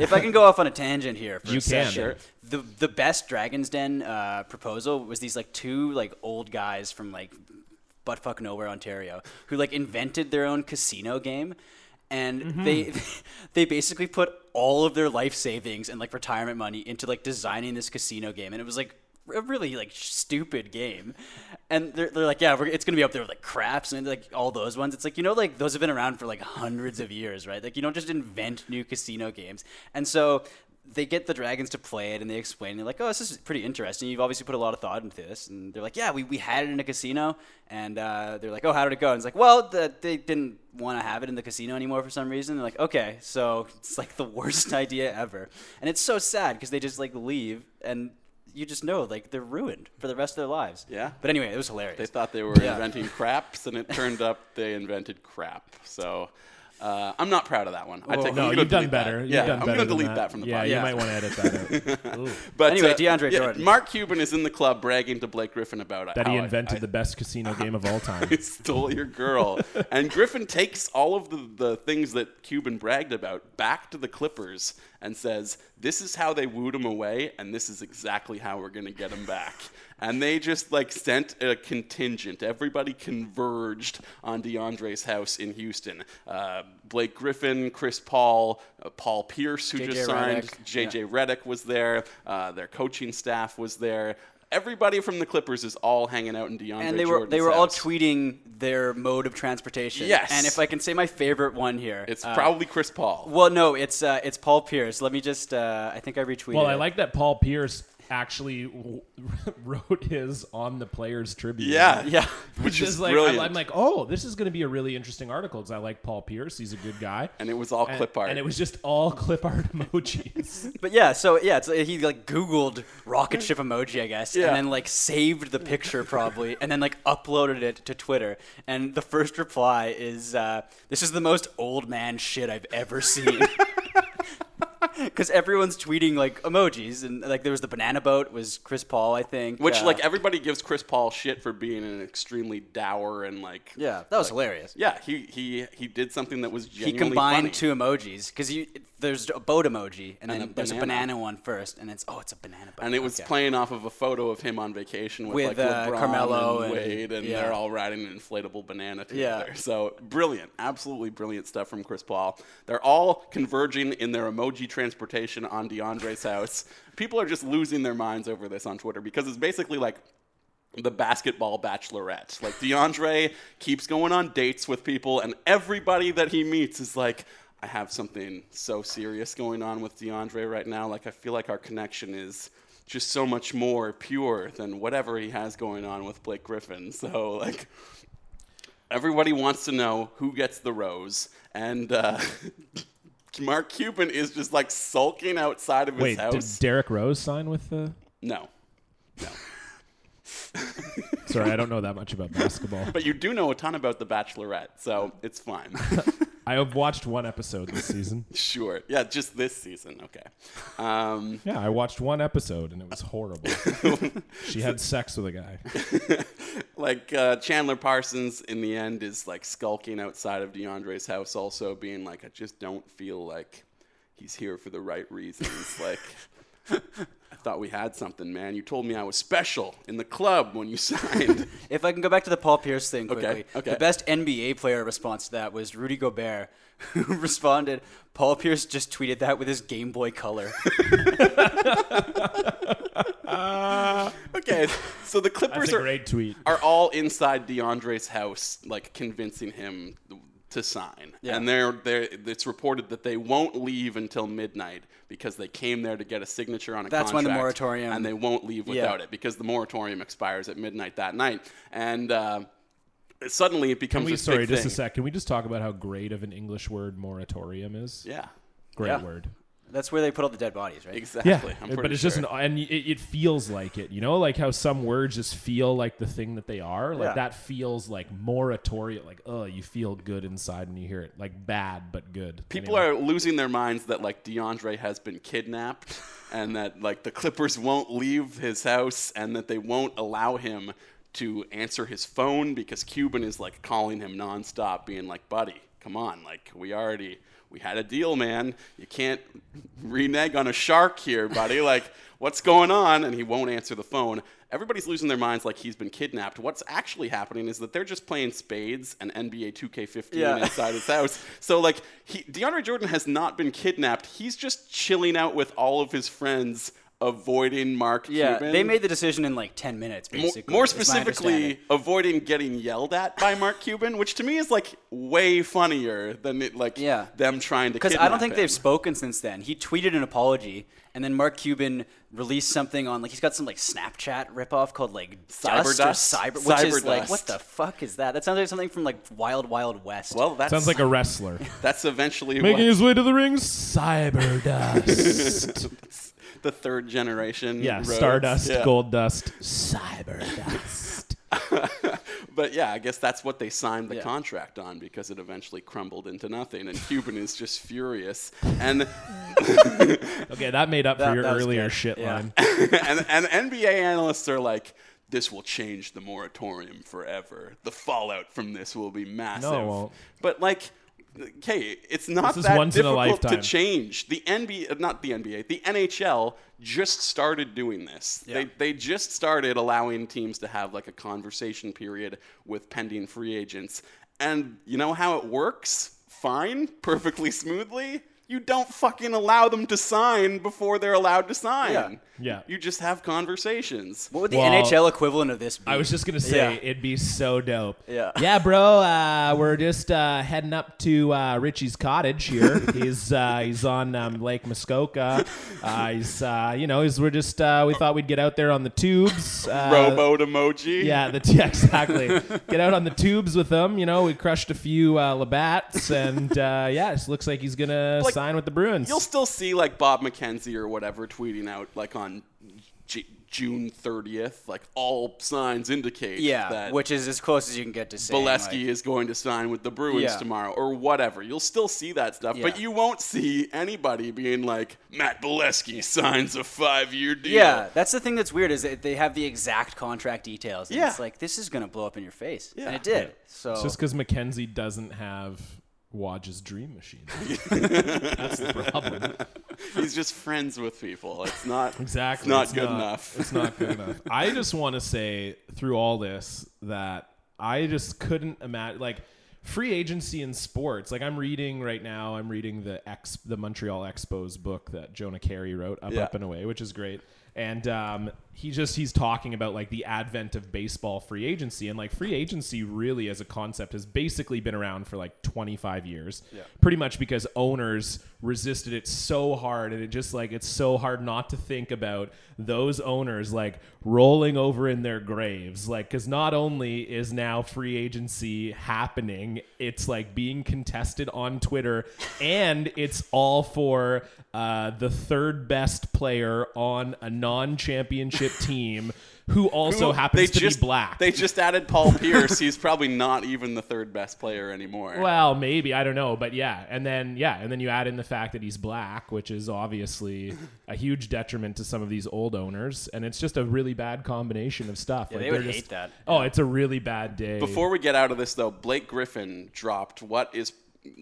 S5: if I can go off on a tangent here for
S4: You
S5: a sec,
S4: can.
S5: sure. The the best Dragon's Den uh, proposal was these like two like old guys from like buttfuck nowhere Ontario who like invented their own casino game. And they [LAUGHS] they basically put all of their life savings and like retirement money into like designing this casino game, and it was like a really like stupid game. And they're, they're like, yeah, we're, it's gonna be up there with like craps and like all those ones. It's like you know like those have been around for like hundreds of years, right? Like you don't just invent new casino games. And so they get the dragons to play it and they explain they're like oh this is pretty interesting you've obviously put a lot of thought into this and they're like yeah we, we had it in a casino and uh, they're like oh how did it go and it's like well the, they didn't want to have it in the casino anymore for some reason they're like okay so [LAUGHS] it's like the worst [LAUGHS] idea ever and it's so sad because they just like leave and you just know like they're ruined for the rest of their lives
S3: Yeah.
S5: but anyway it was hilarious
S3: They thought they were
S4: [LAUGHS]
S5: Yeah.
S3: inventing craps, and it turned up they invented crap. So uh, I'm not proud of that one. I take I'm
S4: no,
S3: gonna
S4: you've done
S3: delete that.
S4: better. You've
S3: Yeah, I'm
S4: done better
S3: gonna
S4: than
S3: delete that. from the
S4: yeah,
S3: podcast.
S4: you
S5: podcast.
S4: might want to edit
S3: [LAUGHS]
S4: that out. Ooh,
S3: But uh,
S5: Anyway, DeAndre Jordan.
S3: Mark Cuban is in the club bragging to Blake Griffin about
S4: that
S3: how
S4: he
S3: I-
S4: invented
S3: I,
S4: the
S3: [LAUGHS]
S4: best casino game of all time.
S3: I stole your girl. and Griffin takes all of the, the things that Cuban bragged about back to the Clippers and says, This is how they wooed him away, and this is exactly how we're going to get him back. And they just like sent a contingent. Everybody converged on DeAndre's house in Houston. Uh, Blake Griffin, Chris Paul, uh, Paul Pierce, who
S5: J.J.
S3: just signed,
S5: Redick.
S3: JJ Redick was there, uh, their coaching staff was there. Everybody from the Clippers is all hanging out in DeAndre
S5: and they were they
S3: Jordan's
S5: were all
S3: house.
S5: tweeting their mode of transportation
S3: Yes.
S5: and if i can say my favorite one here
S3: It's
S5: uh,
S3: probably Chris Paul.
S5: Well, no, it's uh, it's Paul Pierce. Let me just. Uh, I think I retweeted.
S4: Well, I
S5: it.
S4: like that Paul Pierce actually w- [LAUGHS] wrote his on the Players Tribune.
S3: yeah,
S5: [LAUGHS] Yeah.
S3: [LAUGHS]
S5: [LAUGHS]
S3: which is
S4: like
S3: brilliant.
S4: I, am like, oh, this is going to be a really interesting article because I like Paul Pierce; he's a good guy.
S3: And it was all
S4: And-
S3: clip art.
S4: and it was just all [LAUGHS] clip art emojis.
S5: But yeah, so yeah, it's, he like Googled rocket ship emoji, I guess,
S3: Yeah.
S5: and then like saved the picture probably, and then like uploaded it to Twitter. And the first reply is, uh, "This is the most old man shit I've ever seen." [LAUGHS] Because everyone's tweeting like emojis, and like there was the banana boat was Chris Paul, I think.
S3: which
S5: uh,
S3: like everybody gives Chris Paul shit for being an extremely dour and like
S5: yeah, that was hilarious.
S3: yeah he he he did something that was
S5: he
S3: genuinely
S5: combined
S3: funny.
S5: two emojis because you there's a boat emoji and,
S3: And
S5: then
S3: a
S5: there's a
S3: banana.
S5: banana one first and it's oh it's a banana boat.
S3: and it was
S5: Okay.
S3: playing off of a photo of him on vacation with,
S5: With,
S3: like
S5: uh,
S3: LeBron
S5: Carmelo
S3: and
S5: and-
S3: Wade, and
S5: yeah.
S3: they're all riding an inflatable banana
S5: Yeah.
S3: together. So brilliant, absolutely brilliant stuff from Chris Paul. They're all converging in their emoji transportation on DeAndre's house. People are just losing their minds over this on Twitter because it's basically like the basketball bachelorette. Like DeAndre keeps going on dates with people, and everybody that he meets is like, I have something so serious going on with DeAndre right now. Like, I feel like our connection is just so much more pure than whatever he has going on with Blake Griffin. So, like, everybody wants to know who gets the rose. And, uh,. [LAUGHS] Mark Cuban is just like sulking outside of his
S4: Wait, did
S3: house.
S4: Derek Rose sign with the?
S3: no.
S4: Sorry, I don't know that much about basketball.
S3: But you do know a ton about The Bachelorette, so it's fine.
S4: I have watched one episode this season.
S3: Sure. Yeah, just this season. Okay. Um,
S4: Yeah, I watched one episode and it was
S3: [LAUGHS]
S4: horrible. she had sex with a guy.
S3: like uh, Chandler Parsons in the end is like skulking outside of DeAndre's house, also being like, I just don't feel like he's here for the right reasons. [LAUGHS] like, I thought we had something, man. You told me I was special in the club when you signed. [LAUGHS]
S5: If I can go back to the Paul Pierce thing quickly,
S3: okay.
S5: the best NBA player response to that was Rudy Gobert, [LAUGHS] who responded, "Paul Pierce just tweeted that with his Game Boy Color." [LAUGHS]
S3: okay, so the
S4: That's
S3: Clippers
S4: a
S3: are
S4: great tweet.
S3: are all inside DeAndre's house, like convincing him to sign. And they're, they're, it's reported that they won't leave until midnight because they came there to get a signature on a
S5: That's when
S3: contract.
S5: the moratorium-
S3: And they won't leave
S5: Yeah.
S3: without it because the moratorium expires at midnight that night. And uh, suddenly it becomes
S4: Can we,
S3: this
S4: sorry,
S3: big
S4: just
S3: thing.
S4: a sec. Can we just talk about how great of an English word moratorium is?
S3: Yeah,
S4: Great
S5: Yeah.
S4: word.
S5: That's where they put all the dead bodies, right?
S4: Yeah,
S3: exactly. I'm
S4: but
S3: pretty
S4: it's just
S3: sure.
S4: an and it, it feels like it, you know, like how some words just feel like the thing that they are. Like
S5: Yeah.
S4: that feels like moratorium. Like oh, you feel good inside when you hear it. Like bad but good.
S3: People are losing their minds that like DeAndre has been kidnapped and that like the Clippers won't leave his house and that they won't allow him to answer his phone because Cuban is like calling him nonstop being like buddy come on like we already we had a deal, man. You can't renege on a shark here, buddy. Like, what's going on? And he won't answer the phone. Everybody's losing their minds like he's been kidnapped. What's actually happening is that they're just playing spades and NBA 2K15
S5: Yeah.
S3: inside his house. So, like, he, DeAndre Jordan has not been kidnapped. He's just chilling out with all of his friends, avoiding Mark
S5: Yeah,
S3: Cuban.
S5: they made the decision in like 10 minutes,
S3: Mo-
S5: basically.
S3: More
S5: is my
S3: specifically,
S5: understanding.
S3: avoiding getting yelled at by Mark Cuban, which to me is like way funnier than it, like
S5: Yeah.
S3: them trying to.
S5: Because I don't think
S3: kidnap him.
S5: they've spoken since then. He tweeted an apology, and then Mark Cuban released something on like he's got some like Snapchat ripoff called like Dust
S3: Cyberdust?
S5: or Cyber, which is like what
S3: Cyberdust.
S5: the fuck is that? That sounds like something from like Wild Wild West.
S3: Well, that's
S4: Sounds like a wrestler
S3: that's eventually what,
S4: making his way to the ring. Cyber dust.
S3: the third generation.
S4: [LAUGHS] yeah,
S3: Rhodes.
S4: Stardust,
S3: Yeah.
S4: Gold Dust, Cyber Dust.
S3: But yeah, I guess that's what they signed the
S5: Yeah.
S3: contract on because it eventually crumbled into nothing, and Cuban is just furious. And
S4: [LAUGHS] okay, that made up for
S5: That-
S4: your
S5: that was
S4: earlier
S5: good.
S4: shit
S5: Yeah. [COUGHS]
S4: line.
S3: [LAUGHS] and, and NBA analysts are like, this will change the moratorium forever. The fallout from this will be massive.
S4: No, it won't.
S3: But like, okay, it's not
S4: This is
S3: that
S4: once in a
S3: difficult to
S4: lifetime.
S3: change. The NBA, not the NBA, the NHL just started doing this. They they just started allowing teams to have like a conversation period with pending free agents. And you know how it works? Fine, perfectly smoothly. You don't fucking allow them to sign before they're allowed to sign.
S4: Yeah.
S3: You just have conversations.
S5: what would the
S4: Well,
S5: NHL equivalent of this be?
S4: I was just gonna say
S5: Yeah.
S4: it'd be so dope.
S5: Yeah.
S4: [LAUGHS] Yeah, bro. Uh, we're just uh, heading up to uh, Richie's cottage
S5: [LAUGHS]
S4: here. he's uh, he's on um, Lake Muskoka. Uh, he's uh, you know he's, we're just uh, we thought we'd get out there on the
S5: [LAUGHS]
S4: tubes. Uh,
S3: Rowboat emoji.
S4: Yeah, the yeah, [LAUGHS] exactly. Get out on the tubes with them. You know, we crushed a few uh, Labats, and uh, [LAUGHS] yeah, it looks like he's gonna
S3: Like,
S4: sign with the Bruins.
S3: You'll still see like Bob McKenzie or whatever tweeting out like on J- June 30th, like all signs indicate
S5: yeah,
S3: that
S5: which is as close as you can get to saying. like-
S3: Bolesky is going to sign with the Bruins
S5: Yeah.
S3: tomorrow or whatever. You'll still see that stuff, but
S5: Yeah.
S3: you won't see anybody being like Matt Bolesky signs a 5-year deal.
S5: yeah, that's the thing that's weird is that they have the exact contract details. And
S3: Yeah.
S5: it's like this is gonna blow up in your face,
S3: Yeah.
S5: and it did. So
S4: It's just because Mackenzie doesn't have Wodge's dream machine. That's the problem.
S3: He's just friends with people. It's not
S4: Exactly.
S3: It's not
S4: It's
S3: good
S4: not-
S3: enough.
S4: It's
S3: [LAUGHS]
S4: not good enough. I just want to say through all this that I just couldn't imagine like free agency in sports. Like I'm reading right now, I'm reading the ex the Montreal Expos book that Jonah Carey wrote, Up
S3: Yeah.
S4: Up and Away, which is great. And um, he just he's talking about like the advent of baseball free agency and like free agency really as a concept has basically been around for like 25 years pretty much because owners resisted it so hard and it just like it's so hard not to think about those owners like rolling over in their graves like because not only is now free agency happening it's like being contested on twitter and it's all for uh, the third best player on a non-championship team who also happens
S3: they
S4: to
S3: just,
S4: be black
S3: They just added Paul Pierce. He's probably not even the third best player anymore.
S4: Well, maybe I don't know, but yeah, and then yeah, and then you add in the fact that he's black, which is obviously a huge detriment to some of these old owners, and it's just a really bad combination of stuff.
S5: they
S4: they're
S5: would
S4: just-
S5: hate that.
S4: Oh, it's a really bad day.
S3: Before we get out of this, though, Blake Griffin dropped what is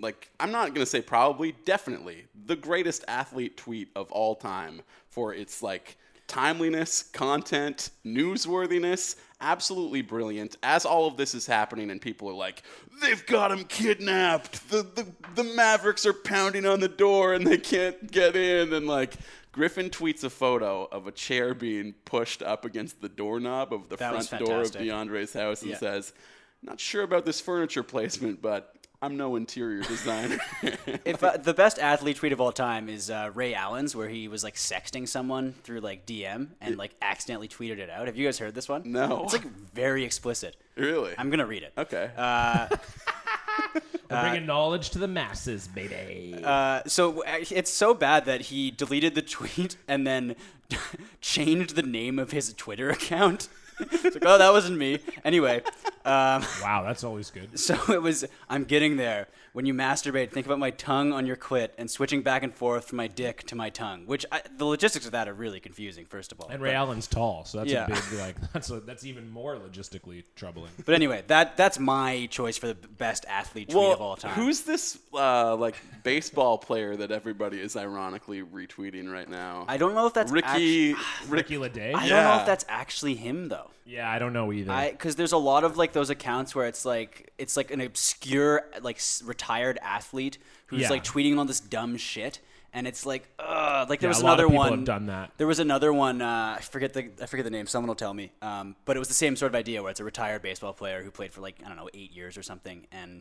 S3: like I'm not gonna say probably, definitely the greatest athlete tweet of all time for its like timeliness, content, newsworthiness. Absolutely brilliant. As all of this is happening, and people are like, "They've got him kidnapped. The the, the Mavericks are pounding on the door, and they can't get in." And like. Griffin tweets a photo of a chair being pushed up against the doorknob of the
S5: That was
S3: front door of
S5: fantastic.
S3: the Andre's house and
S5: Yeah.
S3: says, "Not sure about this furniture placement, but I'm no interior designer." [LAUGHS]
S5: if uh, the best athlete tweet of all time is uh, Ray Allen's, where he was like sexting someone through like DM and like accidentally tweeted it out. Have you guys heard this one?
S3: No.
S5: It's like very explicit.
S3: really?
S5: I'm gonna read it.
S3: okay.
S5: Uh,
S4: We're bringing knowledge to the masses, baby.
S5: Uh, so uh, it's so bad that he deleted the tweet [LAUGHS] and then [LAUGHS] changed the name of his Twitter account. it's like, oh, that wasn't me. Anyway, [LAUGHS]
S4: Wow, that's always good.
S5: So it was, I'm getting there. When you masturbate, think about my tongue on your clit and switching back and forth from my dick to my tongue, which I, the logistics of that are really confusing, first of all.
S4: And
S5: But-
S4: Ray Allen's tall, so that's
S5: Yeah.
S4: a big like [LAUGHS] that's a, that's even more logistically
S5: [LAUGHS]
S4: troubling.
S5: But anyway, that that's my choice for the best athlete tweet of all time.
S3: who's this uh, like baseball player that everybody is ironically retweeting right now?
S5: I don't know if that's
S3: Ricky.
S5: act-
S4: Ricky Lede?
S5: I don't know
S3: yeah.
S5: if that's actually him though.
S4: Yeah, I don't know either.
S5: I because there's a lot of like those accounts where it's like it's like an obscure like s- retired athlete who's
S4: Yeah.
S5: like tweeting all this dumb shit, and it's like ugh. Like there
S4: Yeah,
S5: was
S4: a lot of
S5: another
S4: people
S5: one
S4: have done that.
S5: There was another one. Uh, I forget the I forget the name. Someone will tell me. Um, but it was the same sort of idea where it's a retired baseball player who played for like I don't know eight years or something and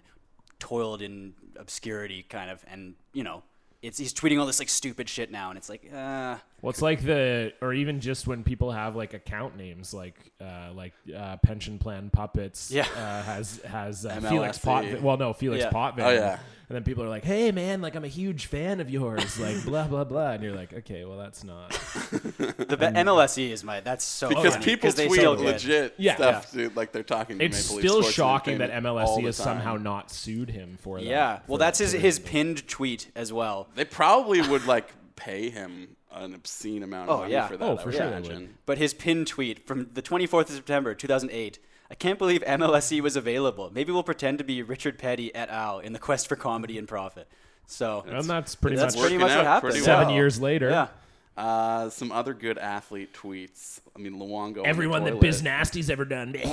S5: toiled in obscurity kind of, and you know. It's, he's tweeting all this like stupid shit now, and it's like, uh,
S4: well, it's like the or even just when people have like account names like uh, like uh, pension plan puppets.
S5: Yeah.
S4: uh, has has uh,
S3: MLSE.
S4: Felix Pot. Well, no, Felix
S5: Yeah.
S4: Potvin.
S3: Oh, yeah.
S4: And then people are like, "Hey, man, like I'm a huge fan of yours." Like blah blah blah, and you're like, "Okay, well that's not."
S5: the be- MLSE E is my that's so
S3: because
S5: funny,
S3: people
S5: Oh, 'cause they
S3: tweet
S5: so good.
S3: legit
S4: Yeah.
S3: stuff, dude. Like they're talking. To
S4: It's
S3: Maple Leaf
S4: still
S3: Sports
S4: shocking that
S3: Entertainment all
S4: MLSE
S3: the
S4: E has somehow
S3: time.
S4: not sued him for that.
S5: Yeah. Well,
S4: for
S5: that's his
S4: doing
S5: his
S4: that.
S5: pinned tweet as well.
S3: They probably would like pay him an obscene amount of
S5: Oh,
S3: money
S5: yeah.
S3: for that.
S4: Oh,
S3: I
S4: for
S3: would
S4: sure they would.
S3: Imagine.
S5: But his pinned tweet from the 24th of September 2008. I can't believe MLSE E was available. Maybe we'll pretend to be Richard Petty et al. in the quest for comedy and profit. So
S4: And that's pretty
S5: that's
S4: much
S5: pretty
S3: working
S5: much what
S3: out
S5: happened.
S3: pretty
S4: seven
S3: well.
S4: years later. [LAUGHS]
S5: Yeah.
S3: Uh, some other good athlete tweets. I mean, Luongo. on the
S4: Everyone that
S3: toilet.
S4: Biz Nasty's ever done. [LAUGHS] I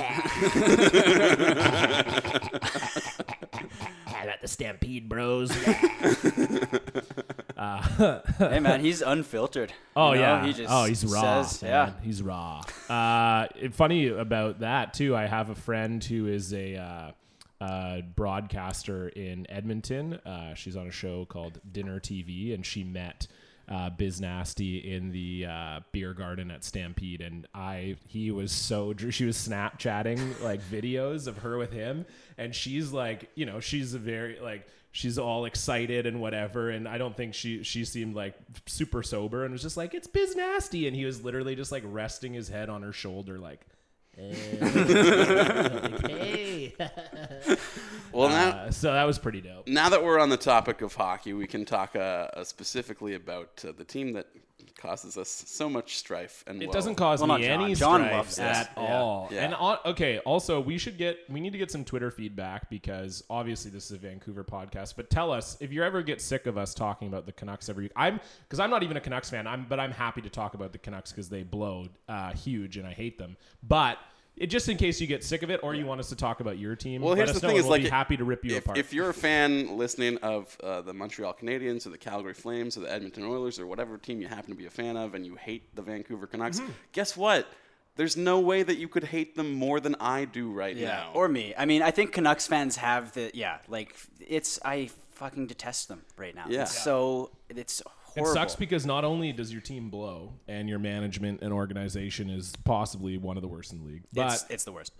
S4: got the Stampede Bros.
S5: hey man, he's unfiltered.
S4: Oh
S5: You know,
S4: yeah.
S5: He just
S4: oh, he's raw.
S5: says-
S4: man. He's raw. Uh, it- funny about that too. I have a friend who is a uh, uh, broadcaster in Edmonton. Uh, she's on a show called Dinner TV, and she met. Uh, Biz Nasty in the uh, beer garden at Stampede, and I he was so dr- she was Snapchatting like [LAUGHS] videos of her with him, and she's like you know she's a very like she's all excited and whatever and i don't think she she seemed like super sober and was just like it's biz nasty and he was literally just like resting his head on her shoulder like "Eh."
S3: Well, now
S4: uh, [LAUGHS] so that was pretty dope
S3: now that we're on the topic of hockey, we can talk uh, uh, specifically about uh, the team that causes us so much strife and
S4: it
S3: woe.
S4: doesn't cause
S5: Well, not
S4: me
S5: John.
S4: any
S5: John
S4: strife
S5: loves this.
S4: at
S5: Yeah.
S4: all.
S3: Yeah.
S4: And on, okay, also we should get we need to get some Twitter feedback because obviously this is a Vancouver podcast. But tell us if you ever get sick of us talking about the Canucks every week. I'm because I'm not even a Canucks fan. I'm but I'm happy to talk about the Canucks because they blow uh, huge and I hate them. But it, just in case you get sick of it or you want us to talk about your team,
S3: Well,
S4: let
S3: here's the
S4: us know
S3: thing: is
S4: and we'll
S3: like
S4: be happy to rip you
S3: if,
S4: apart.
S3: If you're a fan listening of uh, the Montreal Canadiens or the Calgary Flames or the Edmonton Oilers or whatever team you happen to be a fan of, and you hate the Vancouver Canucks,
S4: Mm-hmm.
S3: guess what? There's no way that you could hate them more than I do right
S5: Yeah.
S3: now.
S5: Or me. I mean, I think Canucks fans have the yeah. Like it's I fucking detest them right now.
S3: Yeah.
S5: It's so it's
S4: It
S5: horrible.
S4: sucks because not only does your team blow and your management and organization is possibly one of the worst in the league, but um,
S5: it's, it's the worst.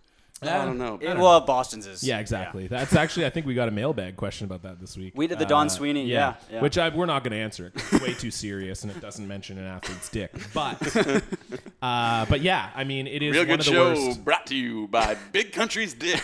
S3: I don't know.
S5: It- well, Boston's is
S4: Yeah, exactly. That's actually, I think we got a mailbag question about that this week. Uh,
S5: We did the Don Sweeney, yeah, yeah.
S4: Which I, we're not going to answer. 'cause It's way too serious, and it doesn't mention an athlete's dick.
S5: [LAUGHS]
S4: But, uh, but yeah, I mean, it is
S3: Real
S4: one
S3: good
S4: of the
S3: show
S4: worst
S3: brought to you [LAUGHS] by Big Country's Dick.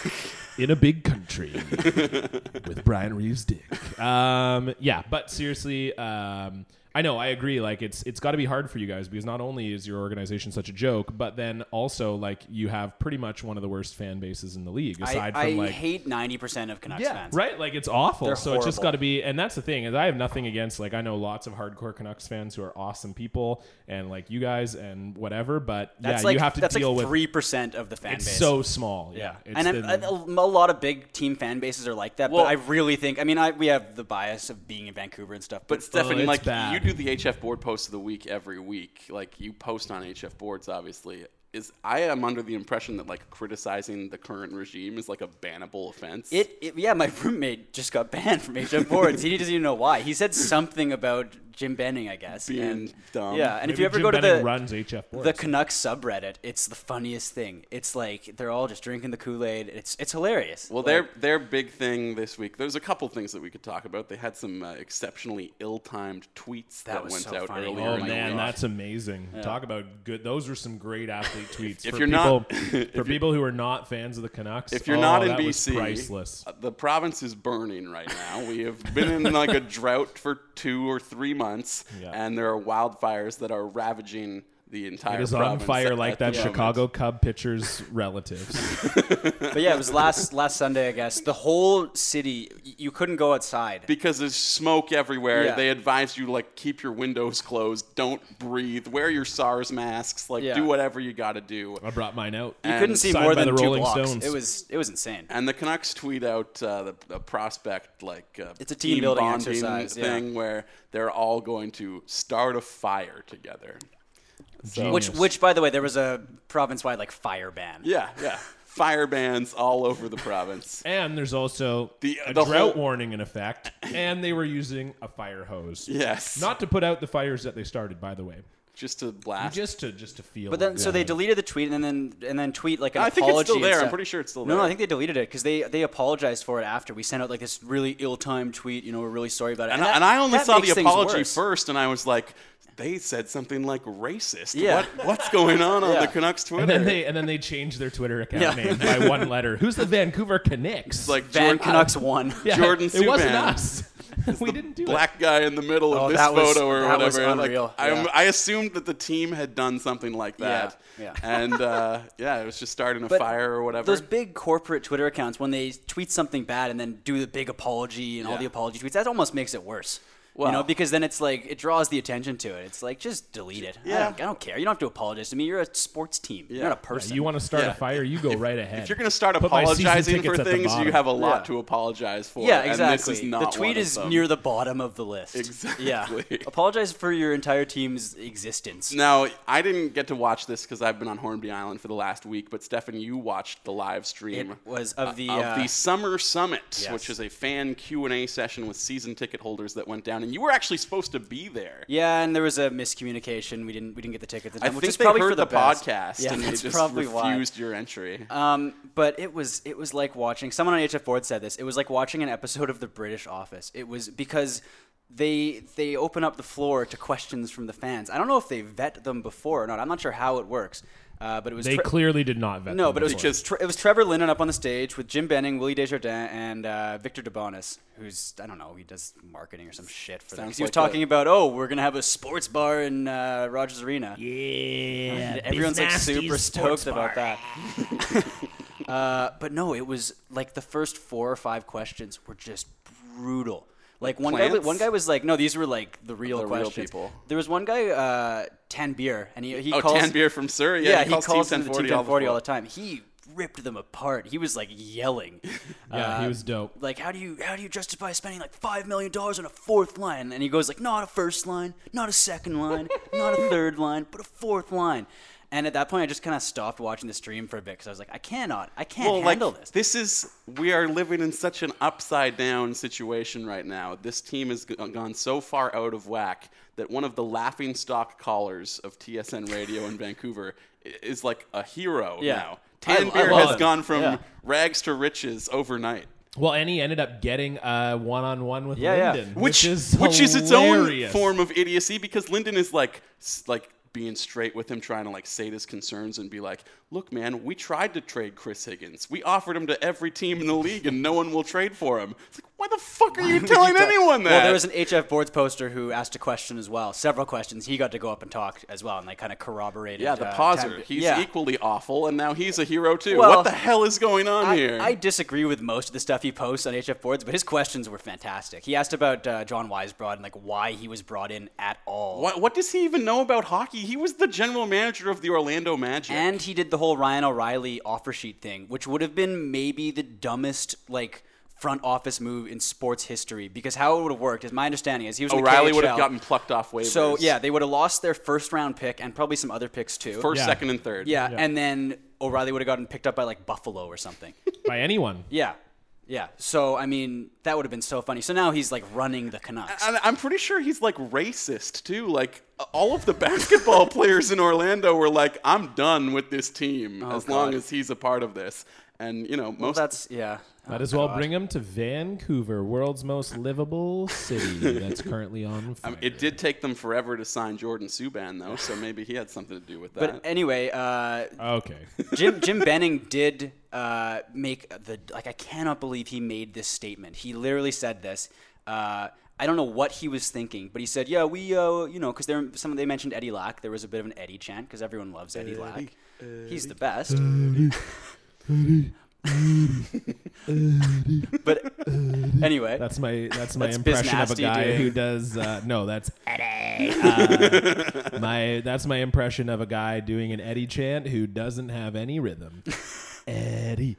S4: in a big
S5: [LAUGHS]
S4: country with Brian Reeves' dick. Um, yeah, but seriously, um, I know I agree. Like it's it's got to be hard for you guys because not only is your organization such a joke, but then also like you have pretty much one of the worst fan bases in the league.
S5: I,
S4: Aside
S5: I
S4: from like
S5: hate 90% of Canucks fans.
S4: Right? Like it's awful.
S5: They're
S4: so it's just
S5: horrible.
S4: got to be and that's the thing is I have nothing against like I know lots of hardcore Canucks fans who are awesome people and like you guys and whatever, but
S5: That's
S4: yeah,
S5: like
S4: you have to
S5: that's
S4: deal
S5: like
S4: with
S5: three percent of the fan
S4: it's
S5: base.
S4: so small. Yeah. It's
S5: and I'm, oh,
S4: the-
S5: a, a lot of big team fan bases are like that.
S3: Well-
S5: but I really think I mean I, we have the bias of being in Vancouver and stuff.
S3: But Stephanie,
S4: it's
S3: like
S4: bad.
S3: you do the HF board post of the week every week. Like you post on HF boards, obviously. Is I am under the impression that like criticizing the current regime is like a bannable offense.
S5: [LAUGHS] it, it yeah, my roommate just got banned from HF boards. he doesn't even know why. He said something about Jim Benning, I guess.
S3: Being
S5: and,
S3: dumb.
S5: Yeah, and if
S4: Maybe
S5: you ever
S4: Jim
S5: go to
S4: Benning
S5: the
S4: runs HF Boards.
S5: the Canucks subreddit, it's the funniest thing. It's like they're all just drinking the Kool Aid. It's it's hilarious.
S3: Well,
S5: Like,
S3: their their big thing this week. There's a couple things that we could talk about. They had some uh, exceptionally ill-timed tweets that,
S5: That was
S3: went
S5: so
S3: out
S5: funny.
S3: earlier.
S4: Oh
S3: in the
S4: man,
S3: week.
S4: that's amazing. Talk about good. Those were some great athlete tweets.
S3: If
S4: for
S3: you're
S4: people,
S3: not- if
S4: for people who are not fans of the Canucks,
S3: If you're
S4: oh,
S3: not in
S4: that was
S3: BC,
S4: priceless.
S3: uh, the province is burning right now. We have been in like a drought for two or three months,
S4: Yeah.
S3: and there are wildfires that are ravaging the entire.
S4: It is on
S3: province
S4: fire
S3: at-
S4: like
S3: at the
S4: that
S3: moment.
S4: Chicago Cub pitcher's relatives.
S5: but yeah, it was last last Sunday, I guess. The whole city, y- you couldn't go outside.
S3: Because there's smoke everywhere,
S5: Yeah.
S3: they advise you like keep your windows closed, don't breathe, wear your SARS masks, like
S5: Yeah.
S3: do whatever you got to do.
S4: I brought mine out.
S5: you couldn't
S3: and
S5: see
S4: signed
S5: more
S4: by
S5: than
S4: the
S5: two
S4: Rolling
S5: blocks.
S4: Stones.
S5: It was it was insane.
S3: And the Canucks tweet out uh, the, the prospect like uh,
S5: It's a team building
S3: bonding
S5: exercise, yeah.
S3: thing where they're all going to start a fire together.
S5: Which
S4: Genius.
S5: which by the way, there was a province wide like fire ban.
S3: Yeah, yeah. Fire bans all over the province.
S4: and there's also
S3: The-
S4: a
S3: the
S4: drought
S3: whole-
S4: warning in effect, and they were using a fire hose.
S3: Yes.
S4: Not to put out the fires that they started, by the way.
S3: just to blast.
S4: Just to just to feel.
S5: But then, so they
S4: Yeah.
S5: deleted the tweet and then and then tweet like an
S3: I think it's
S5: apology.
S3: still
S5: and
S3: there. I'm
S5: stuff.
S3: pretty sure it's still
S5: No,
S3: there.
S5: no, I think they deleted it because they they apologized for it after we sent out like this really ill-timed tweet. You know, we're really sorry about it.
S3: and, I,
S5: that-
S3: and I only
S5: that
S3: saw
S5: makes
S3: the
S5: things
S3: apology
S5: worse.
S3: first, and I was like, they said something like racist.
S5: Yeah.
S3: What, what's going on on
S5: Yeah.
S3: the Canucks Twitter?
S4: And then they and then they changed their Twitter account
S5: Yeah.
S4: name by one letter. Who's the Vancouver Canucks?
S3: It's like
S5: Van
S3: Jordan,
S5: Canucks won.
S4: Yeah,
S3: Jordan
S4: It wasn't
S3: Subban
S4: us. [LAUGHS] we didn't do it.
S3: black guy in the middle
S5: Oh,
S3: of this
S5: that was-
S3: photo or
S5: that was
S3: whatever. Like,
S5: unreal.
S3: I'm-
S5: Yeah.
S3: I assumed that the team had done something like that.
S5: yeah.
S3: And uh, yeah, it was just starting a
S5: But
S3: fire or whatever.
S5: Those big corporate Twitter accounts when they tweet something bad and then do the big apology and all
S3: Yeah.
S5: the apology tweets, that almost makes it worse.
S3: Well-
S5: you know, because then it's like it draws the attention to it. It's like just delete it. I
S3: Yeah.
S5: don't, I don't care. You don't have to apologize to me. You're a sports team. You're
S3: Yeah.
S5: not a person.
S4: You want to start
S3: Yeah.
S4: a fire? You go right ahead.
S3: if you're going to start
S4: Put my season
S3: apologizing for
S4: tickets at the
S3: things, you
S4: bottom.
S3: have a lot
S5: Yeah.
S3: to apologize for.
S5: Yeah,
S3: and this
S5: exactly.
S3: is not
S5: the
S3: one of
S5: tweet is
S3: them.
S5: near the bottom of the list. Yeah.
S3: Exactly.
S5: Apologize for your entire team's existence.
S3: Now, I didn't get to watch this because I've been on Hornby Island for the last week, but Stefan, you watched the live stream.
S5: It was of the,
S3: of
S5: uh,
S3: the Summer Summit, which
S5: Yes.
S3: is a fan Q and A session with season ticket holders that went down, and you were actually supposed to be there.
S5: Yeah, and there was a miscommunication. We didn't we didn't get the ticket. at The
S3: I
S5: time, which
S3: think
S5: is
S3: they
S5: probably
S3: heard
S5: for
S3: the,
S5: the, best.
S3: podcast
S5: Yeah,
S3: and they
S5: that's
S3: just
S5: probably why.
S3: refused your entry.
S5: Um, but it was it was like watching someone on HF Board said this. It was like watching an episode of The British Office. It was because they they open up the floor to questions from the fans. I don't know if they vet them before or not. I'm not sure how it works. Uh, but it was
S4: they
S5: Tre-
S4: clearly did not vet.
S5: no,
S4: them
S5: but it was
S4: before.
S3: Because-
S5: Tre- it was Trevor Linden up on the stage with Jim Benning, Willie Desjardins, and uh, Victor Debonis, who's I don't know, he does marketing or some shit for them. 'Cause
S3: Sounds
S5: He was
S3: like
S5: talking
S3: a-
S5: about, oh, we're gonna have a sports bar in uh, Rogers Arena. Yeah, everyone's like super stoked about that. [LAUGHS] uh, but no, it was like the first four or five questions were just brutal. Like one guy,
S3: plants? The real
S5: questions."
S3: people.
S5: There was one guy, uh, Tanbir, and he he
S3: oh,
S5: calls
S3: Tan Beer from Surrey.
S5: yeah,
S3: Yeah,
S5: he calls,
S3: Team
S5: them the
S3: 1040
S5: Team 1040 all the
S3: time.
S5: time. He ripped them apart. He was like yelling.
S4: Yeah,
S5: Uh,
S4: he was dope.
S5: Like, how do you how do you justify spending like five million dollars on a fourth line? And he goes like, not a first line, not a second line, not a third line, but a fourth line. And at that point, I just kind of stopped watching the stream for a bit because I was like, I cannot, I can't
S3: Well, like
S5: handle this.
S3: is we are living in such an upside down situation right now. This team has g- uh, gone so far out of whack that one of the laughing stock callers of TSN Radio in Vancouver i- is like a hero
S5: Yeah.
S3: now.
S5: I- I
S3: Tan Beer
S5: love
S3: has
S5: it.
S3: gone from
S5: Yeah.
S3: rags to riches overnight.
S4: Well, and he ended up getting a one-on-one with
S5: Yeah, yeah.
S4: Linden,
S3: which
S4: is
S3: which is its own
S4: hilarious.
S3: form of idiocy because Lyndon is like s- like being straight with him, trying to like state his concerns and be like, "Look, man, we tried to trade Chris Higgins. We offered him to every team in the league, and no one will trade for him." It's like, why the fuck are you telling anyone that?
S5: Well, there was an HF Boards poster who asked a question as well, several questions. He got to go up and talk as well, and they kind of corroborated.
S3: yeah, the
S5: uh,
S3: pauser.
S5: Tanbir.
S3: He's
S5: Yeah.
S3: equally awful, and now he's a hero too.
S5: Well,
S3: what the hell is going on
S5: I,
S3: here?
S5: I disagree with most of the stuff he posts on HF boards, but his questions were fantastic. He asked about uh, John Weisbrod and like why he was brought in at all.
S3: what, what does he even know about hockey? He was the general manager of the Orlando Magic.
S5: And he did the whole Ryan O'Reilly offer sheet thing, which would have been maybe the dumbest like front office move in sports history. Because how it would have worked is my understanding is he was in the
S3: O'Reilly would have
S5: KHL.
S3: gotten plucked off waivers.
S5: So yeah, they would have lost their first round pick and probably some other picks too.
S3: first,
S4: Yeah.
S3: second, and third. [LAUGHS]
S5: yeah, and then O'Reilly would have gotten picked up by like Buffalo or something.
S4: by anyone.
S5: yeah. Yeah. So I mean, that would have been so funny. So now he's like running the Canucks.
S3: And I'm pretty sure he's like racist too. Like all of the basketball
S5: [LAUGHS]
S3: players in Orlando were like, "I'm done with this team as long as he's a part of this." And you know, most
S5: Oh, That's yeah.
S4: Might as well bring him to Vancouver, world's most livable
S5: [LAUGHS]
S4: city that's currently on fire.
S3: it did take them forever to sign Jordan Subban though, so maybe he had something to do with that.
S5: But anyway, uh,
S4: okay.
S5: Jim Jim Benning did uh, make the like I cannot believe he made this statement. He literally said this. Uh, I don't know what he was thinking, but he said, "Yeah, we, uh, you know, because there some they mentioned Eddie Lack. There was a bit of an Eddie chant because everyone loves Eddie, Lack. He's the best." [LAUGHS] but anyway,
S4: That's my that's my
S5: That's Biz
S4: impression of a
S5: Nasty,
S4: guy
S5: dude.
S4: who does uh, no.
S5: [LAUGHS]
S4: That's Eddie. Uh, my that's my impression of a guy doing an Eddie chant who doesn't have any
S5: [LAUGHS]
S4: rhythm. Eddie,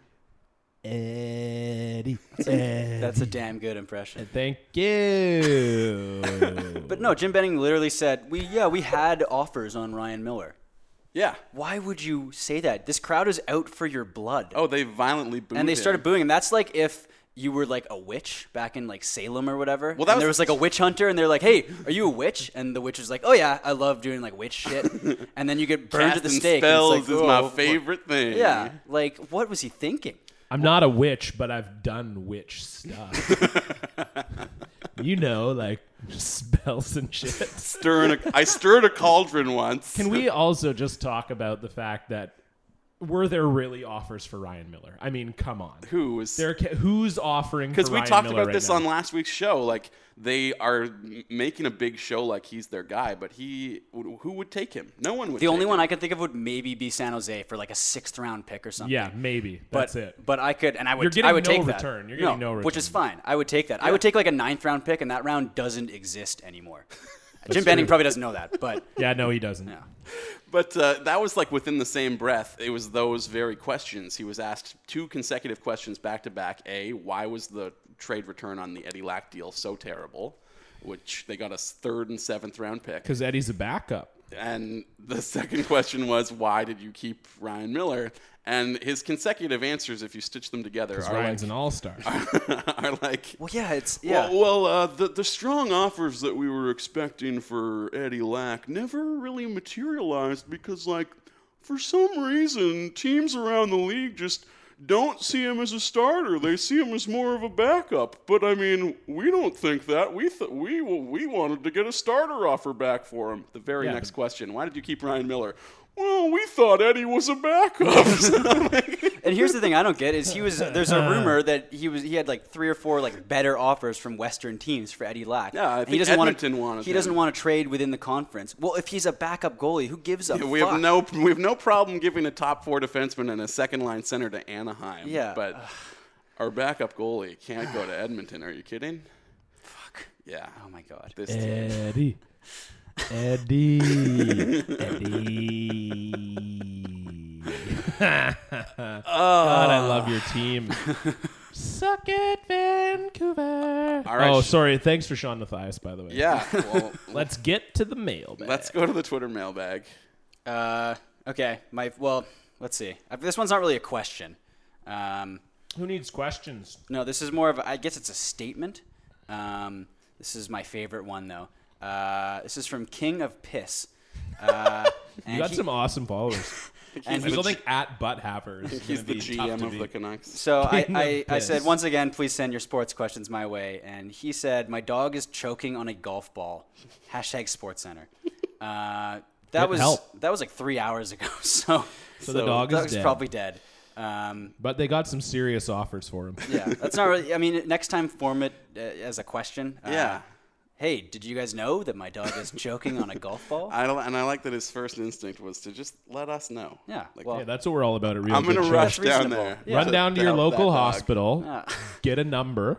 S4: Eddie, Eddie.
S5: that's a damn good impression.
S4: Thank you.
S5: [LAUGHS] But no, Jim Benning literally said, "We yeah, we had offers on Ryan Miller.
S3: yeah.
S5: Why would you say that? This crowd is out for your blood."
S3: Oh, they violently booed.
S5: and they
S3: him.
S5: started booing him. That's like if you were like a witch back in like Salem or whatever. Well,
S3: that
S5: and there
S3: was-
S5: was like a witch hunter, and they're like, "Hey, are you a witch?" And the witch is like, "Oh yeah, I love doing like
S3: [LAUGHS]
S5: witch shit." and then you get burned at the
S3: Casting
S5: stake. and it's
S3: Spells
S5: like,
S3: is
S5: "Whoa,
S3: my
S5: what-"
S3: favorite thing.
S5: Yeah, like what was he thinking?
S4: I'm not a witch, but I've done witch stuff.
S3: [LAUGHS]
S4: you know, like spells and shit.
S3: Stirring a, I stirred a cauldron once.
S4: Can we also just talk about the fact that were there really offers for Ryan Miller? I mean, come on.
S3: Who was
S4: There ca- who's offering?
S3: because
S4: Because
S3: we talked about this on last week's show. Like they are m- making a big show, like he's their guy, but he who would take him? No one would.
S5: The only
S3: take
S5: one
S3: him.
S5: I could think of would maybe be San Jose for like a sixth round pick or something.
S4: Yeah, maybe
S5: But,
S4: that's it.
S5: But I could, and I would.
S4: You're getting
S5: I would
S4: no
S5: take that.
S4: return. You're getting
S5: no,
S4: no
S5: which is
S4: return.
S5: fine. I would take that. I would take like a ninth round pick, and that round doesn't exist
S4: [LAUGHS]
S5: anymore. Jim Benning probably doesn't know that, but
S4: Yeah, no, he doesn't.
S3: But uh, that was like within the same breath. It was those very questions. He was asked two consecutive questions back to back. A, why was the trade return on the Eddie Lack deal so terrible? Which they got a third and seventh round pick.
S4: Because Eddie's a backup.
S3: And the [LAUGHS] second question was, why did you keep Ryan Miller? And his consecutive answers, if you stitch them together, are
S4: Ryan's
S3: like,
S4: an all-star.
S3: [LAUGHS] are like
S5: well, yeah, it's yeah.
S3: Well, well uh, the, the strong offers that we were expecting for Eddie Lack never really materialized because, like, for some reason, teams around the league just don't see him as a starter. They see him as more of a backup. But I mean, we don't think that. We th- we we wanted to get a starter offer back for him. The very
S4: Yeah,
S3: next
S4: but-
S3: question: Why did you keep Ryan Miller? Well, we thought Eddie was a backup. [LAUGHS]
S5: And here's the thing I don't get is he
S4: [LAUGHS]
S5: was there's a rumor that he was he had like three or four like better offers from Western teams for Eddie Lack.
S3: Yeah, I
S5: And
S3: think
S5: he doesn't
S3: Edmonton
S5: want
S3: wanted
S5: to, He
S3: him.
S5: doesn't want to trade within the conference. Well, if he's a backup goalie, who gives a
S3: Yeah, [LAUGHS] we
S5: fuck?
S3: have no we have no problem giving a top four defenseman and a second line center to Anaheim.
S5: Yeah.
S3: but [SIGHS] our backup goalie can't go to Edmonton. Are you kidding? Fuck. Yeah.
S5: Oh my god.
S3: This team.
S4: Eddie, Eddie, Eddie. God,
S3: Ah.
S4: I love your team. Suck it, Vancouver.
S3: All right,
S4: oh,
S3: sh-
S4: sorry. Thanks for Sean Mathias, by the way.
S5: [LAUGHS]
S3: Yeah. Well,
S4: Let's get to the mail.
S3: [LAUGHS] let's go to the Twitter mailbag.
S5: Uh, okay, my well, let's see. Uh, This one's not really a question. Um,
S4: Who needs questions?
S5: No, this is more of a, I guess it's a statement. Um, this is my favorite one though. Uh, this is from King of Piss. Uh,
S4: [LAUGHS] You
S5: and
S4: got
S5: he-
S4: some
S3: [LAUGHS]
S4: awesome followers.
S5: and
S4: I
S5: he-
S4: still think at butt haver is
S3: He's
S4: gonna
S3: the
S4: be tough
S3: GM
S4: to
S3: of the
S4: beat.
S3: Canucks.
S5: So
S4: [LAUGHS] King
S5: I,
S4: of
S5: I, I said,
S4: piss.
S5: once again, please send your sports questions my way. And he said, my dog is choking on a golf ball. Hashtag Sports Center. Uh, that
S4: Get
S5: was
S4: help.
S5: that was like three hours ago. [LAUGHS]
S4: So
S5: So,
S4: the dog is
S5: dog's
S4: dead.
S5: probably dead. Um,
S4: But they got some serious offers for him.
S5: yeah, that's not really. I mean, next time form it uh, as a question. Uh,
S3: Yeah.
S5: Hey, did you guys know that my
S4: [LAUGHS]
S5: dog is choking on a
S3: [LAUGHS]
S5: golf ball?
S3: I don't- and I like that his first instinct was to just let us know.
S5: yeah.
S3: Like,
S5: Well,
S4: Yeah, that's what we're all about at Real
S3: I'm
S4: Good
S3: gonna
S4: Show.
S3: rush down
S5: reasonable.
S3: there.
S4: Run down to your
S3: help that Ah. [LAUGHS]
S4: local
S3: dog.
S4: hospital,
S5: Ah.
S4: get a number,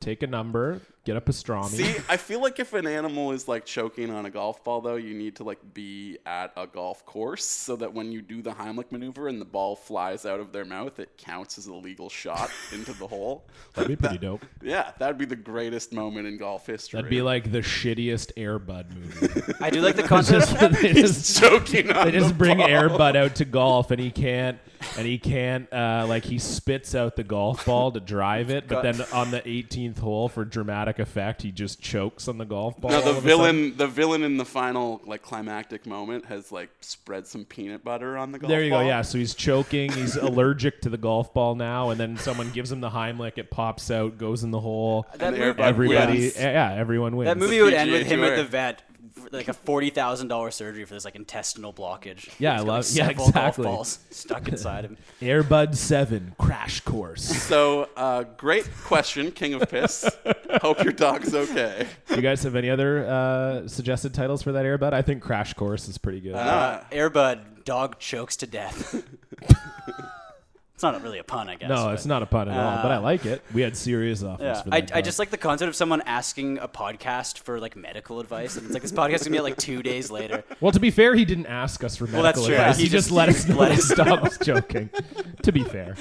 S4: take a number, Get a pastrami.
S3: See, I feel like if an animal is like choking on a golf ball, though, you need to like be at a golf course so that when you do the Heimlich maneuver and the ball flies out of their mouth, it counts as a legal shot into the hole. Like,
S4: That'd be pretty dope.
S3: yeah, that'd be the greatest moment in golf history.
S4: That'd be like the shittiest Airbud movie.
S5: I do like the concept.
S4: [LAUGHS] they
S3: [LAUGHS]
S4: just,
S3: choking on.
S4: they just
S3: the
S4: bring
S3: ball.
S4: Airbud out to golf, and he can't, and he can't, uh, like he spits out the golf ball to drive it, but then on the 18th hole for dramatic effect, he just chokes on the golf ball.
S3: No,
S4: all
S3: the
S4: of a sudden.
S3: villain, the villain in the final like climactic moment has like spread some peanut butter on the golf.
S4: There you
S3: ball.
S4: go. Yeah, so he's choking. He's allergic to the golf ball now, and then someone gives him the Heimlich. It pops out, goes in the hole.
S5: That
S3: And the airbag
S5: movie-
S4: Everybody,
S3: wins.
S4: yeah, everyone wins.
S5: That movie would end
S3: PGA
S5: with him
S3: Tour.
S5: at the vet, for, like a forty thousand dollar surgery for this like intestinal blockage.
S4: Yeah, I
S5: He's
S4: love-
S5: got, like,
S4: yeah,
S5: several golf
S4: exactly.
S5: balls stuck inside him.
S4: Airbud Seven Crash Course.
S3: So, uh, great question, King of
S4: [LAUGHS]
S3: Piss. Hope your dog's okay.
S4: you guys have any other uh, suggested titles for that Airbud? I think Crash Course is pretty good.
S5: Uh, Airbud dog chokes to death. [LAUGHS] it's not really a pun, I guess.
S4: no,
S5: but-
S4: it's not a pun at all, but I like it. We had serious offers.
S5: Uh, Yeah,
S4: for
S5: I,
S4: that
S5: I
S4: dog.
S5: just like the concept of someone asking a podcast for like medical advice, and it's like this podcast is gonna be out, like two days later.
S4: Well, to be fair, he didn't ask us for medical
S5: that's true.
S4: advice.
S5: He
S4: He, just,
S5: just- [LAUGHS]
S4: let us know
S5: let
S4: to
S5: us
S4: [LAUGHS] stop joking. to be fair,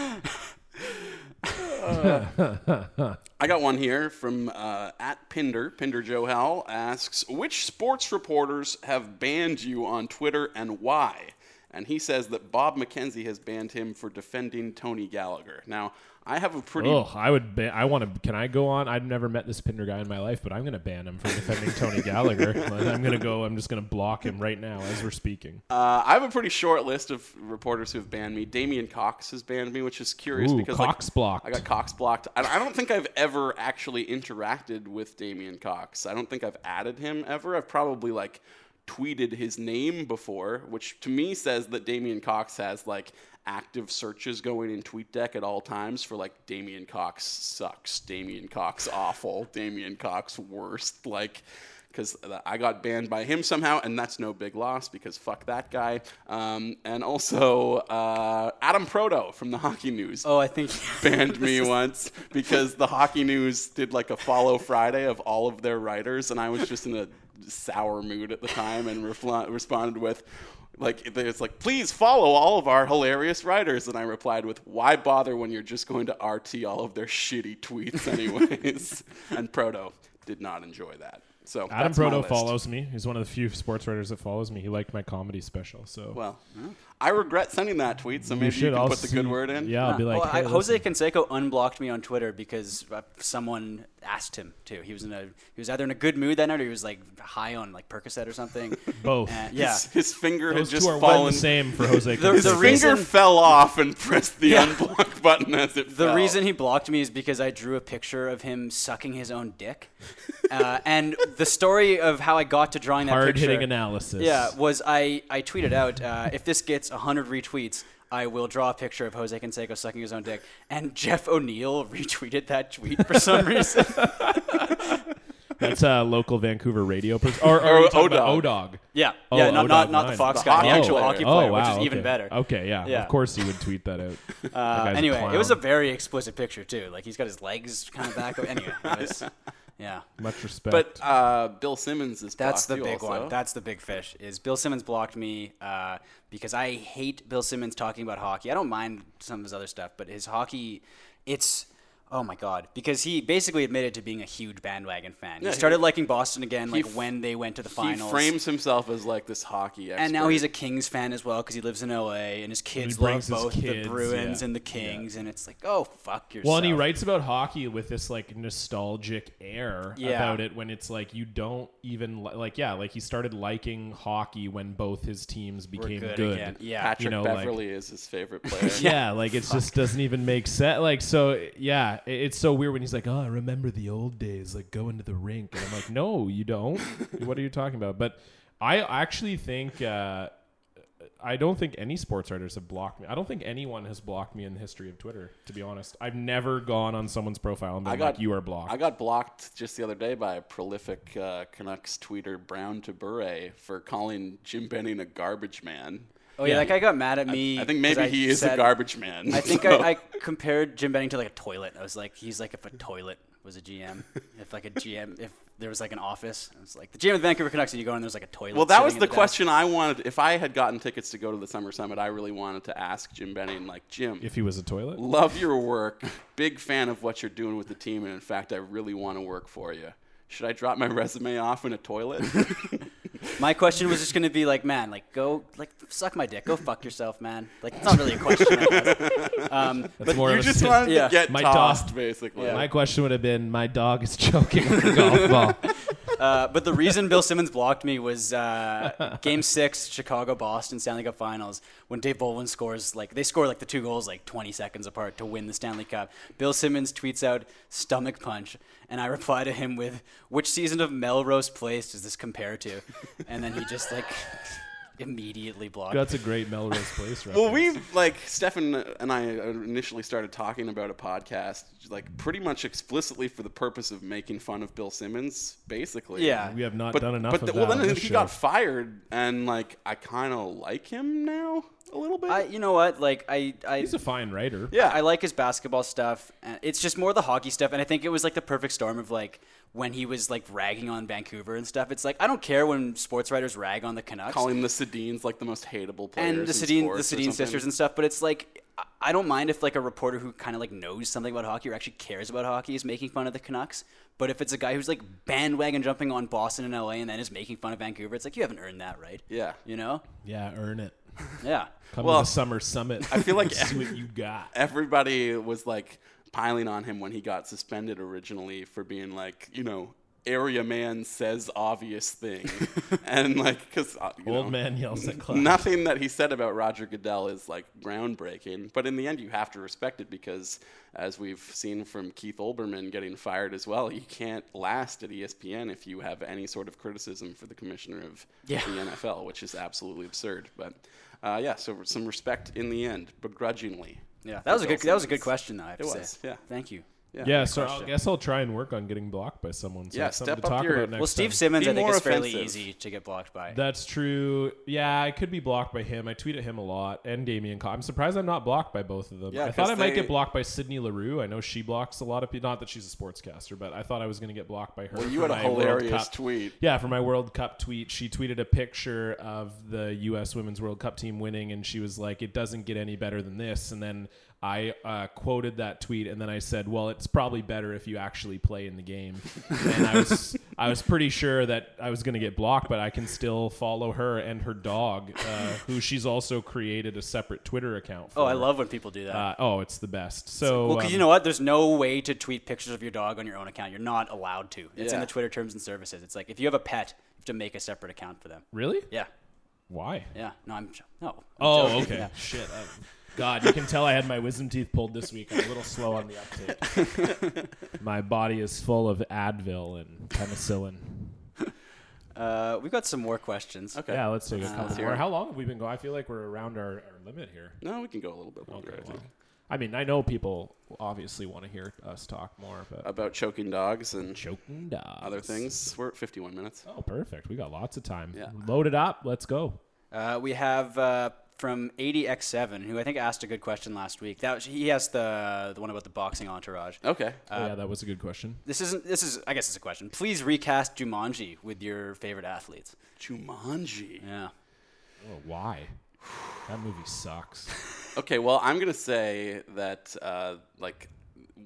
S3: I got one here from uh, at Pinder. Pinder Joe Howell asks, which sports reporters have banned you on Twitter and why? And he says that Bob McKenzie has banned him for defending Tony Gallagher. Now, I have a pretty
S4: oh, I would. Ba- I want to. Can I go on? I've never met this Pinder guy in my life, but I'm going to ban him for defending Tony
S5: [LAUGHS]
S4: Gallagher. Like, I'm going to go. I'm just going to block him right now as we're speaking.
S3: Uh, I have a pretty short list of reporters who have banned me. Damian Cox has banned me, which is curious
S4: Ooh,
S3: because
S4: Cox
S3: like,
S4: blocked.
S3: I got Cox blocked. And I don't think I've ever actually interacted with Damian Cox. I don't think I've added him ever. I've probably like tweeted his name before, which to me says that Damian Cox has like active searches going in TweetDeck at all times for like Damian Cox sucks, Damian Cox awful, Damian Cox worst, like because I got banned by him somehow, and that's no big loss because fuck that guy. Um, and also, uh, Adam Proto from the Hockey News
S5: Oh, I think
S3: banned
S4: [LAUGHS]
S3: me once because the Hockey News did like a follow Friday of all of their writers, and I was just in a sour mood at the time and refl- responded with. Like it's like, please follow all of our hilarious writers, and I replied with, "Why bother when you're just going to RT all of their shitty tweets anyways?" [LAUGHS] and Proto did not enjoy that. So
S4: Adam
S3: that's my
S4: Proto
S3: list.
S4: follows me. He's one of the few sports writers that follows me. He liked my comedy special, so
S3: Well, I regret sending that tweet, so
S4: You
S3: maybe you,
S4: should
S3: can
S4: all
S3: put the good
S4: see-
S3: word in.
S4: Yeah, I'll be like,
S5: Well, I,
S4: "Hey,
S5: Jose
S4: listen."
S5: Canseco unblocked me on Twitter because uh, someone asked him to. He was in a he was either in a good mood that night or he was like high on like Percocet or something.
S4: [LAUGHS] Both.
S5: And- yeah.
S3: His, his finger had
S4: Those two
S3: just
S4: are one
S3: fallen.
S4: and the same
S5: [LAUGHS]
S4: for Jose.
S5: The-
S3: His
S5: the
S4: Canseco.
S3: finger
S5: reason-
S3: fell off and pressed the unblock [LAUGHS] button as it
S5: The
S3: fell.
S5: reason he blocked me is because I drew a picture of him sucking his own dick, uh, and the story of how I got to drawing that
S4: hard
S5: picture.
S4: hitting analysis.
S5: Yeah, was I I tweeted out uh, if this gets 100 retweets, I will draw a picture of Jose Canseco sucking his own dick. And Jeff O'Neill [LAUGHS] retweeted that tweet for some reason.
S4: that's a local Vancouver radio
S5: [LAUGHS]
S4: person, or,
S3: Or
S4: or,
S3: O-Dog.
S4: O Dog.
S5: Yeah,
S4: Oh,
S5: yeah, not,
S4: O-Dog
S5: not, not the
S4: Nine.
S5: Fox
S3: The
S5: guy, the
S3: hockey
S5: actual
S3: player.
S5: hockey
S4: Oh
S5: player,
S4: wow,
S5: which is
S4: okay.
S5: even better.
S4: Okay, yeah,
S5: Yeah.
S4: of course he would tweet
S3: [LAUGHS]
S4: that out. That
S5: Uh,
S4: guy's a
S5: anyway, it was a
S4: clown.
S5: very explicit picture too. Like he's got his legs kind of back. up. Anyway,
S4: [LAUGHS]
S5: it was, yeah.
S4: much respect.
S3: But uh, Bill Simmons is
S5: That's
S3: blocked
S5: the
S3: you
S5: big
S3: also.
S5: one. That's the big fish. Is Bill Simmons blocked me uh, because I hate Bill Simmons talking about hockey. I don't mind some of his other stuff, but his hockey, it's oh my god. Because he basically admitted to being a huge bandwagon fan.
S3: Yeah,
S5: he
S3: he-
S5: started liking Boston again, like
S3: f-
S5: when they went to the
S3: he
S5: finals.
S3: frames himself as like this hockey expert.
S5: and now he's a Kings fan as well because he lives in LA and his kids love
S4: brings his
S5: both
S4: kids,
S5: the Bruins
S4: yeah.
S5: and the Kings, and it's like oh fuck yourself.
S4: well, and he writes about hockey with this like nostalgic air
S5: Yeah.
S4: about it when it's like you don't even li- like yeah, like he started liking hockey when both his teams became
S5: good
S4: good.
S5: again.
S3: [LAUGHS]
S5: Yeah.
S3: Patrick
S4: you know, like-
S3: Beverly is his favorite
S5: [LAUGHS]
S3: player. [LAUGHS]
S4: yeah, like it just doesn't even make sense. Like, so yeah, it- it's so weird when he's like, "Oh, I remember the old days, like going to the rink," and I'm like, "No, you
S3: [LAUGHS]
S4: don't. what are you talking about?" But I actually think uh, I don't think any sports writers have blocked me. I don't think anyone has blocked me in the history of Twitter. To be honest, I've never gone on someone's profile and been
S3: I got
S4: like, "You are blocked."
S3: I got blocked just the other day by a prolific uh, Canucks tweeter Brown to Bure for calling Jim Benning a garbage man.
S5: Oh yeah, that guy got mad at me.
S3: I think
S5: 'cause
S3: maybe
S5: I
S3: he is a
S5: said-
S3: garbage man.
S5: I think
S3: so-
S5: I, I compared Jim Benning to like a toilet. I was like, he's like if a toilet was
S3: [LAUGHS]
S5: a GM, if like a GM, if there was like an office, and it's like the GM of the Vancouver Canucks, and you go in, and there's like a
S3: [LAUGHS]
S5: toilet.
S3: Well, that
S5: sitting
S3: was
S5: at
S3: the
S5: desk.
S3: question I wanted. If I had gotten tickets to go to the summer summit, I really wanted to ask Jim Benning, like, Jim,
S4: If he was a toilet,
S3: love your work. Big fan of what you're doing with the team, and in fact, I really want to work for you. Should I drop my resume off in a
S5: [LAUGHS]
S3: toilet?
S5: My question was just gonna be like, man, like go, like suck my dick, go fuck yourself, man. Like it's not really a question. I guess. um,
S4: That's more
S3: you
S4: of a
S3: just
S4: sit- [LAUGHS]
S3: wanted
S5: Yeah.
S3: to get
S4: My
S3: tossed,
S4: dog.
S3: basically.
S5: Yeah.
S4: My question would have been, my dog is [LAUGHS] choking on the golf ball.
S5: Uh, but the reason Bill Simmons blocked me was uh, Game Six, Chicago Boston Stanley Cup Finals, when Dave Bolin scores like they score like the two goals like 20 seconds apart to win the Stanley Cup. Bill Simmons tweets out stomach punch, and I reply to him with, "Which season of Melrose Place does this compare to?" And then he just like [LAUGHS] immediately blocked.
S4: That's a great Melrose Place reference.
S3: Well, we like Stefan and I initially started talking about a podcast, like pretty much explicitly for the purpose of making fun of Bill Simmons, basically.
S5: Yeah.
S4: we have not
S3: but
S4: done enough
S3: but
S4: of
S3: the-
S4: that.
S3: well,
S4: on
S3: then
S4: this
S3: he
S4: show.
S3: got fired, and like I kind of like him now a little bit.
S5: I, you know what? Like I, I
S4: He's a fine writer.
S5: Yeah, I like his basketball stuff. and It's just more the hockey stuff, and I think it was like the perfect storm of like when he was like ragging on Vancouver and stuff. It's like I don't care when sports writers rag on the Canucks
S3: Calling the Sedines like the most hateable players.
S5: and the
S3: in
S5: Sedin, the
S3: sports or
S5: Sedin
S3: something.
S5: sisters and stuff, but it's like I- I don't mind if like a reporter who kind of like knows something about hockey or actually cares about hockey is making fun of the Canucks. But if it's a guy who's like bandwagon jumping on Boston and LA and then is making fun of Vancouver, it's like you haven't earned that right.
S3: Yeah.
S5: you know,
S4: Yeah, earn it.
S5: yeah.
S4: Come
S3: Well,
S4: to the summer summit.
S3: I feel
S4: [LAUGHS]
S3: like-
S4: This is what you
S3: [LAUGHS]
S4: got.
S3: Everybody was like piling on him when he got suspended originally for being like, you know, area man says obvious
S4: [LAUGHS]
S3: thing, and like uh, because
S4: Old man yells at class.
S3: Nothing that he said about Roger Goodell is like groundbreaking, but in the end, you have to respect it because, as we've seen from Keith Olbermann getting fired as well, you can't last at E ESPN if you have any sort of criticism for the commissioner of
S5: Yeah.
S3: the NFL, which is absolutely absurd. But uh, yeah, so some respect in the end, begrudgingly.
S5: Yeah, that
S3: for
S5: was a
S3: Bill
S5: good. That was a good
S3: Simmons.
S5: question, though. I have
S3: It
S5: to
S3: was,
S5: say.
S3: yeah.
S5: Thank you.
S4: yeah, so I guess I'll try and work on getting blocked by someone. So
S3: Yeah,
S4: it's something
S3: step
S4: to
S3: up
S4: talk
S3: your-
S4: about next
S5: Well, Steve
S4: time.
S5: Simmons,
S3: Be
S5: I think,
S3: more
S5: is fairly
S3: offensive.
S5: easy to get blocked by.
S4: That's true. Yeah, I could be blocked by him. I tweet at him a lot and Damian Cobb. I'm surprised I'm not blocked by both of them.
S3: Yeah,
S4: I thought
S3: 'cause
S4: I might
S3: they-
S4: get blocked by Sydney LaRue. I know she blocks a lot of people. Not that she's a sportscaster, but I thought I was going to get blocked by her.
S3: Well, you
S4: for
S3: had a
S4: my World
S3: hilarious
S4: Cup-
S3: tweet.
S4: Yeah, for my World Cup tweet, she tweeted a picture of the U.S. Women's World Cup team winning, and she was like, "It doesn't get any better than this." And then I uh, quoted that tweet, and then I said, "Well, it's probably better if you actually play in the
S5: [LAUGHS]
S4: game." and I was I was pretty sure that I was going to get blocked, but I can still follow her and her dog, uh, who she's also created a separate Twitter account. For.
S5: Oh, I love when people do that.
S4: Uh, oh, it's the best. So
S5: well, 'cause you
S4: um,
S5: know what? There's no way to tweet pictures of your dog on your own account. You're not allowed to. It's in
S3: Yeah.
S5: the Twitter terms and services. It's like if you have a pet, you have to make a separate account for them.
S4: really?
S5: Yeah,
S4: Why?
S5: yeah. No, I'm no.
S4: Oh, okay. Shit. I, God, you can tell I had my wisdom teeth pulled this week. I'm a little slow on the uptake.
S3: [LAUGHS]
S4: my body is full of Advil and penicillin.
S5: Uh, we've got some more questions.
S3: Okay.
S4: Yeah, let's take a couple
S3: hear
S4: more.
S3: it.
S4: How long have we been going? I feel like we're around our, our limit here.
S3: No, we can go a little bit longer, I think.
S4: I mean, I know people obviously want to hear us talk more, but
S3: About choking dogs and
S4: choking dogs.
S3: other things. We're at 51 minutes.
S4: Oh, perfect. We got lots of time.
S3: Yeah.
S4: Load it up. Let's go.
S5: Uh, we have uh, from 80x7, who I think asked a good question last week. That was, he asked the the one about the boxing entourage.
S3: Okay.
S4: oh, yeah, that was a good question.
S5: This isn't. This is. I guess it's a question. Please recast Jumanji with your favorite athletes.
S3: Jumanji.
S5: Yeah.
S4: Well, why? That movie sucks.
S3: Okay, well, I'm gonna say that uh, like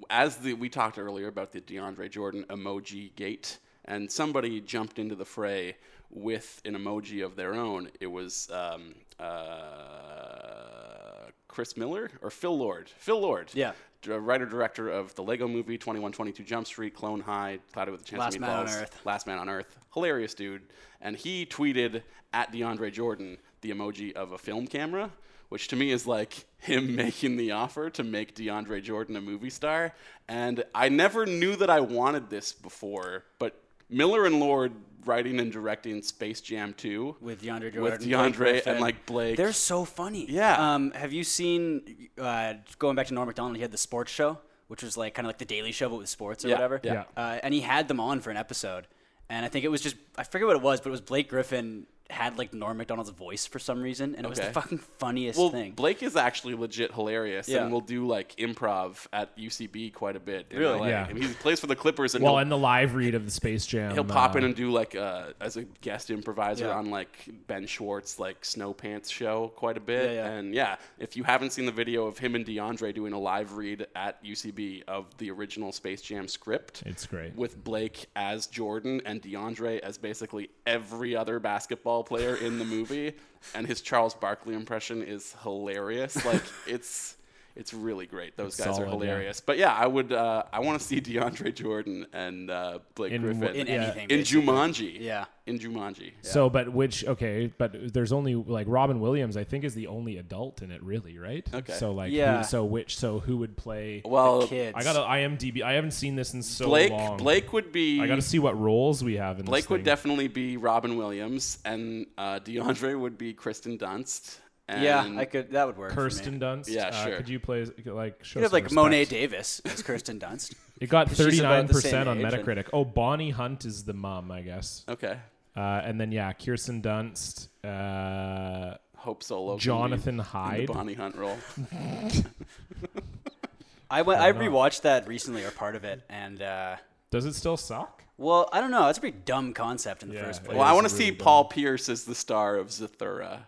S3: as the we talked earlier about the DeAndre Jordan emoji gate, and somebody jumped into the fray with an emoji of their own. It was um, uh, Chris Miller or Phil Lord. Phil Lord.
S5: Yeah.
S3: d- Writer director of the Lego Movie, 2122 Jump Street, Clone High, Clouded with a Chance
S5: Last
S3: of
S5: Man on
S3: Meatballs,
S5: Earth.
S3: Last Man on Earth. Hilarious dude. And he tweeted at DeAndre Jordan the emoji of a film camera, which to me is like him [LAUGHS] making the offer to make DeAndre Jordan a movie star. And I never knew that I wanted this before, but Miller and Lord writing and directing Space Jam 2
S5: With DeAndre Jordan,
S3: with
S5: Blake
S3: DeAndre
S5: Griffin.
S3: and like Blake.
S5: They're so funny.
S3: Yeah.
S5: Um, have you seen uh, going back to Norm Macdonald? He had the sports show, which was like kind of like the Daily Show, but with sports or
S3: Yeah,
S5: whatever.
S3: yeah.
S5: Uh, and he had them on for an episode, and I think it was just I forget what it was, but it was Blake Griffin had like Norm Macdonald's voice for some reason, and it was the
S3: Okay.
S5: fucking funniest
S3: Well,
S5: thing.
S3: Blake is actually legit hilarious,
S5: Yeah.
S3: and will do like improv at UCB quite a bit. in
S5: Really?
S3: LA.
S4: Yeah.
S3: I mean, he plays for the Clippers, and
S4: Well,
S3: he'll-
S4: and the live read of the Space Jam.
S3: He'll pop
S4: uh,
S3: in and do like uh, as a guest improviser
S5: Yeah.
S3: on like Ben Schwartz like Snow Pants show quite a bit.
S5: Yeah, yeah.
S3: And yeah, if you haven't seen the video of him and DeAndre doing a live read at UCB of the original Space Jam script,
S4: It's great.
S3: with Blake as Jordan and DeAndre as basically every other basketball player in the
S4: [LAUGHS]
S3: movie, and his Charles Barkley impression is hilarious. Like it's. It's really great. Those guys are
S4: solid, yeah.
S3: hilarious. But yeah, I would. Uh, I want to see DeAndre Jordan and uh, Blake
S4: In wh-
S3: Griffin
S5: in
S4: yeah.
S5: anything.
S3: in
S5: basically.
S3: Jumanji.
S5: Yeah.
S3: In Jumanji.
S4: So, but which okay, but there's only like Robin Williams. I think is the only adult in it, really, right?
S3: Okay.
S4: So like, who-
S5: Yeah.
S4: so which? So who would play?
S3: Well,
S5: Kids.
S4: I got an IMDb. I haven't seen this in so
S3: Blake
S4: long.
S3: Blake would be
S4: I got to see what roles we have in
S3: Blake
S4: this
S3: would
S4: thing.
S3: definitely be Robin Williams and uh, DeAndre would be Kristen Dunst. And
S5: Yeah, I could. That would work. for me.
S4: Kirsten Dunst.
S3: Yeah,
S4: Uh,
S3: sure.
S4: could you play like? Show
S5: You have
S4: some
S5: like Monet
S4: respect.
S5: Davis as
S4: [LAUGHS]
S5: Kirsten Dunst.
S4: It got
S5: She's
S4: thirty
S5: about
S4: nine
S5: the same
S4: percent on
S5: age, and-
S4: Metacritic. Oh, Bonnie Hunt is the mom, I guess.
S3: Okay.
S4: Uh, and then yeah, Kirsten Dunst, uh,
S3: Hope Solo. can
S4: Jonathan
S3: be in the
S4: Hyde.
S3: Bonnie Hunt role.
S5: I went. I rewatched that recently, or part of it, and uh,
S4: Does it still suck?
S5: well, I don't know. That's a pretty dumb concept in the
S4: Yeah,
S5: first place.
S3: well, I
S4: is
S3: want to
S4: really
S3: see
S4: bad.
S3: Paul Pierce as the star of Zathura,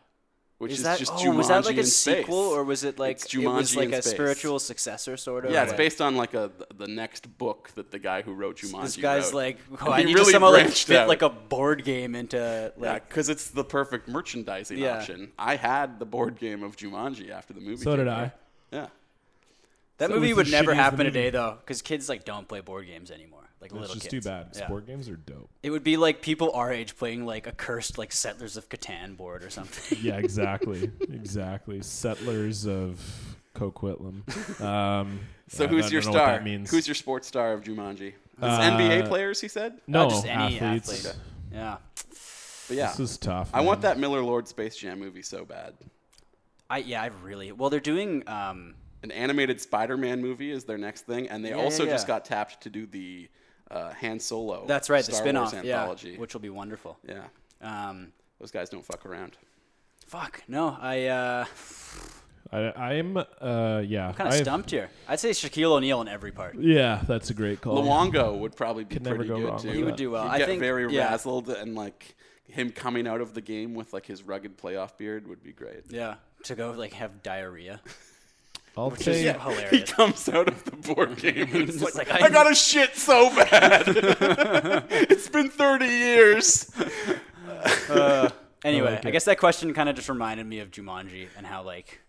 S3: which is,
S5: Is that
S3: just
S5: oh,
S3: Jumanji
S5: was that like
S3: in
S5: a
S3: space.
S5: sequel, or was it like
S3: It's
S5: it was
S3: Jumanji
S5: like
S3: in
S5: a
S3: space.
S5: spiritual successor sort of?
S3: Yeah, it's
S5: Like,
S3: based on like a the next book that the guy who wrote Jumanji.
S5: This guy's
S3: wrote. [LAUGHS]
S5: like, oh,
S3: He
S5: I need to
S3: really
S5: somehow like
S3: branched
S5: fit
S3: out.
S5: like a board game into
S3: Yeah,
S5: like.
S3: because it's the perfect merchandising
S5: Yeah.
S3: option. I had the board game of Jumanji after the movie.
S4: So did
S3: came
S4: I.
S3: out. Yeah.
S5: That
S4: So
S5: movie
S4: it's
S5: would
S4: as
S5: never
S4: shitty as the
S5: happen
S4: movie.
S5: today though, because kids like don't play board games anymore. Like
S4: It's
S5: little
S4: just
S5: kids.
S4: too bad.
S5: Yeah.
S4: Sport games are dope.
S5: It would be like people our age playing like a cursed like Settlers of Catan board or something. [LAUGHS]
S4: Yeah, exactly, exactly. Settlers of Coquitlam. Um,
S3: So
S4: I- I
S3: who's
S4: don't
S3: your
S4: know
S3: star?
S4: what that means.
S3: Who's your sports star of Jumanji? It's
S4: Uh,
S3: NBA players, he said.
S4: no
S5: just any
S4: athletes?
S5: athlete. yeah,
S3: But yeah,
S4: This is tough.
S3: I want
S4: man.
S3: that Miller Lord Space Jam movie so bad.
S5: I yeah, I really well. They're doing um,
S3: An animated Spider-Man movie is their next thing, and they
S5: Yeah,
S3: also
S5: yeah,
S3: just
S5: yeah.
S3: got tapped to do the uh, Han Solo.
S5: That's right,
S3: Star
S5: the spin-off,
S3: Wars
S5: yeah,
S3: anthology.
S5: which will be wonderful.
S3: yeah,
S5: Um,
S3: those guys don't fuck around.
S5: fuck, no, I uh,
S4: I, I'm. Uh, yeah.
S5: kind of
S4: I've-
S5: stumped here. I'd say Shaquille O'Neal in every part.
S4: Yeah, that's a great
S5: Oh,
S4: call.
S3: Luongo would probably be
S4: Could never
S3: pretty
S4: go
S3: good
S4: wrong
S3: too.
S4: with He would that.
S5: do well.
S3: He'd
S5: I
S3: get
S5: think-
S3: very
S5: yeah.
S3: razzled and like him coming out of the game with like his rugged playoff beard would be great.
S5: Yeah, to go like have diarrhea.
S4: I'll
S5: which
S4: take. [LAUGHS]
S5: is Yeah.
S3: He
S5: hilarious.
S3: comes out of the
S5: [LAUGHS]
S3: board game and it's like,
S5: It's like,
S3: I
S5: I-
S3: got to shit so bad. it's been 30
S5: [LAUGHS]
S3: years.
S5: [LAUGHS] Anyway, I,
S4: like it.
S5: guess that question kind of just reminded me of Jumanji and how like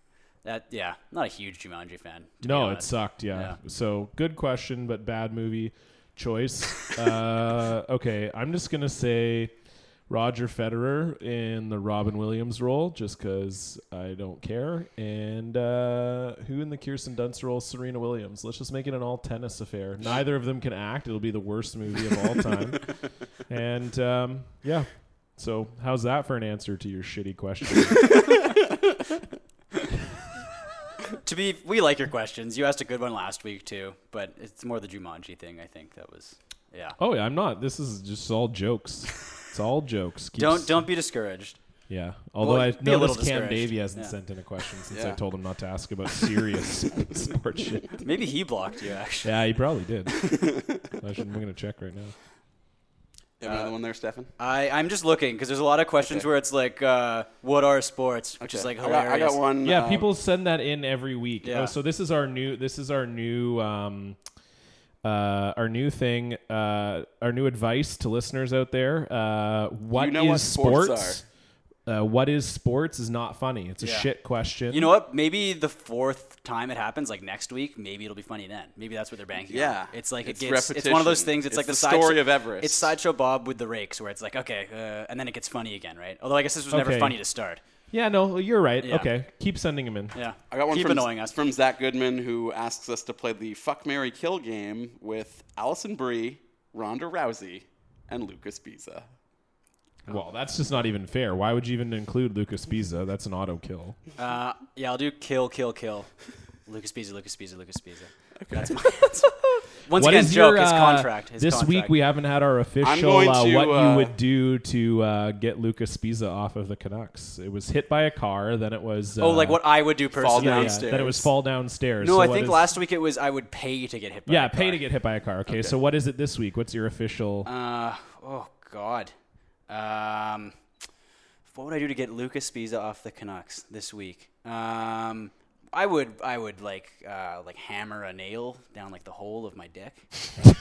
S5: that. Yeah, not a huge Jumanji fan.
S4: [LAUGHS]
S5: to be
S4: No, it
S5: honest.
S4: sucked. Yeah.
S5: Yeah.
S4: So good question, but bad movie
S5: [LAUGHS]
S4: choice. uh, okay, I'm just gonna say Roger Federer in the Robin Williams role, just because I don't care. And uh, who in the Kirsten Dunst role? Serena Williams. Let's just make it an all tennis affair. Neither of them can act. It'll be the worst movie of all
S5: [LAUGHS]
S4: time. and um, yeah. So, how's that for an answer to your shitty
S5: [LAUGHS]
S4: question?
S5: To be, we like your questions. You asked a good one last week too, but it's more the Jumanji thing. I think that was. Yeah.
S4: oh, yeah, I'm not. This is just all jokes. It's all jokes. Keep
S5: Don't don't be discouraged.
S4: Yeah. Although
S5: Well,
S4: I
S5: be a little
S4: noticed Cam
S5: discouraged.
S4: Davey hasn't
S5: Yeah.
S4: sent in a question since I
S3: Yeah.
S4: told him not to ask
S3: [LAUGHS]
S4: about serious [LAUGHS] sports shit.
S5: Maybe he blocked you actually.
S4: Yeah, he
S3: [LAUGHS]
S4: probably did. I should, I'm going to check right now.
S3: You have another one there, Stefan?
S5: I, I'm just looking because there's a lot of questions where it's like, uh, what are sports? Which is
S3: Okay.
S5: like
S3: I got-
S5: hilarious.
S3: I got, one.
S4: Yeah,
S3: um,
S4: people send that in every week.
S5: Yeah.
S4: Oh, so this is our new. This is our new. Um, uh, our new thing. Uh, our new advice to listeners out there. Uh, what
S3: You know
S4: is
S3: what sports
S4: sports? Uh, what is sports is not funny. It's a shit question.
S5: You know what? Maybe the fourth time it happens, like next week, maybe it'll be funny then. Maybe that's what they're banking on.
S3: Yeah.
S5: It's like
S3: It's
S5: it gets. It's one of those
S3: repetition.
S5: things. It's,
S3: It's
S5: like
S3: the
S5: the,
S3: story
S5: sideshow,
S3: of Everest.
S5: It's sideshow Bob with the rakes, where it's like, okay, uh, and then it gets funny again, right? Although I guess this was never
S4: Okay.
S5: funny to start.
S4: Yeah, no, you're right.
S5: Yeah.
S4: Okay, keep sending them in.
S5: Yeah.
S3: I got one
S5: Keep
S3: from,
S5: annoying us.
S3: from Zach Goodman who asks us to play the Fuck Mary Kill game with Allison Brie, Ronda Rousey, and Lucas Biza.
S4: Oh. Well, that's just not even fair. Why would you even include Lucas Pisa? That's an auto kill.
S5: Uh, yeah, I'll do kill, kill, kill. Lucas Pisa, Lucas Pisa, Lucas Pisa.
S3: [LAUGHS]
S5: That's my answer. Once
S4: What
S5: again,
S4: is
S5: joke
S4: your,
S5: his
S4: uh,
S5: contract. His
S4: this week
S5: contract.
S4: we haven't had our official
S3: going
S4: uh,
S3: to,
S4: what
S3: uh,
S4: you would do to uh, get Lucas Pisa off of the Canucks. It was hit by a car. Then it was uh,
S5: Oh, like what I would do personally.
S4: yeah, yeah,
S3: downstairs.
S4: Then it was fall downstairs.
S5: No,
S4: So
S5: I
S4: what
S5: think
S4: is-
S5: last week it was I would pay to get hit by.
S4: Yeah,
S5: a
S4: pay
S5: car.
S4: to get hit by a car. Okay, so what is it this week? What's your official?
S5: Uh, oh God. Um, what would I do to get Lucas Pisa off the Canucks this week? Um, I would, I would like, uh, like hammer a nail down like the hole of my dick.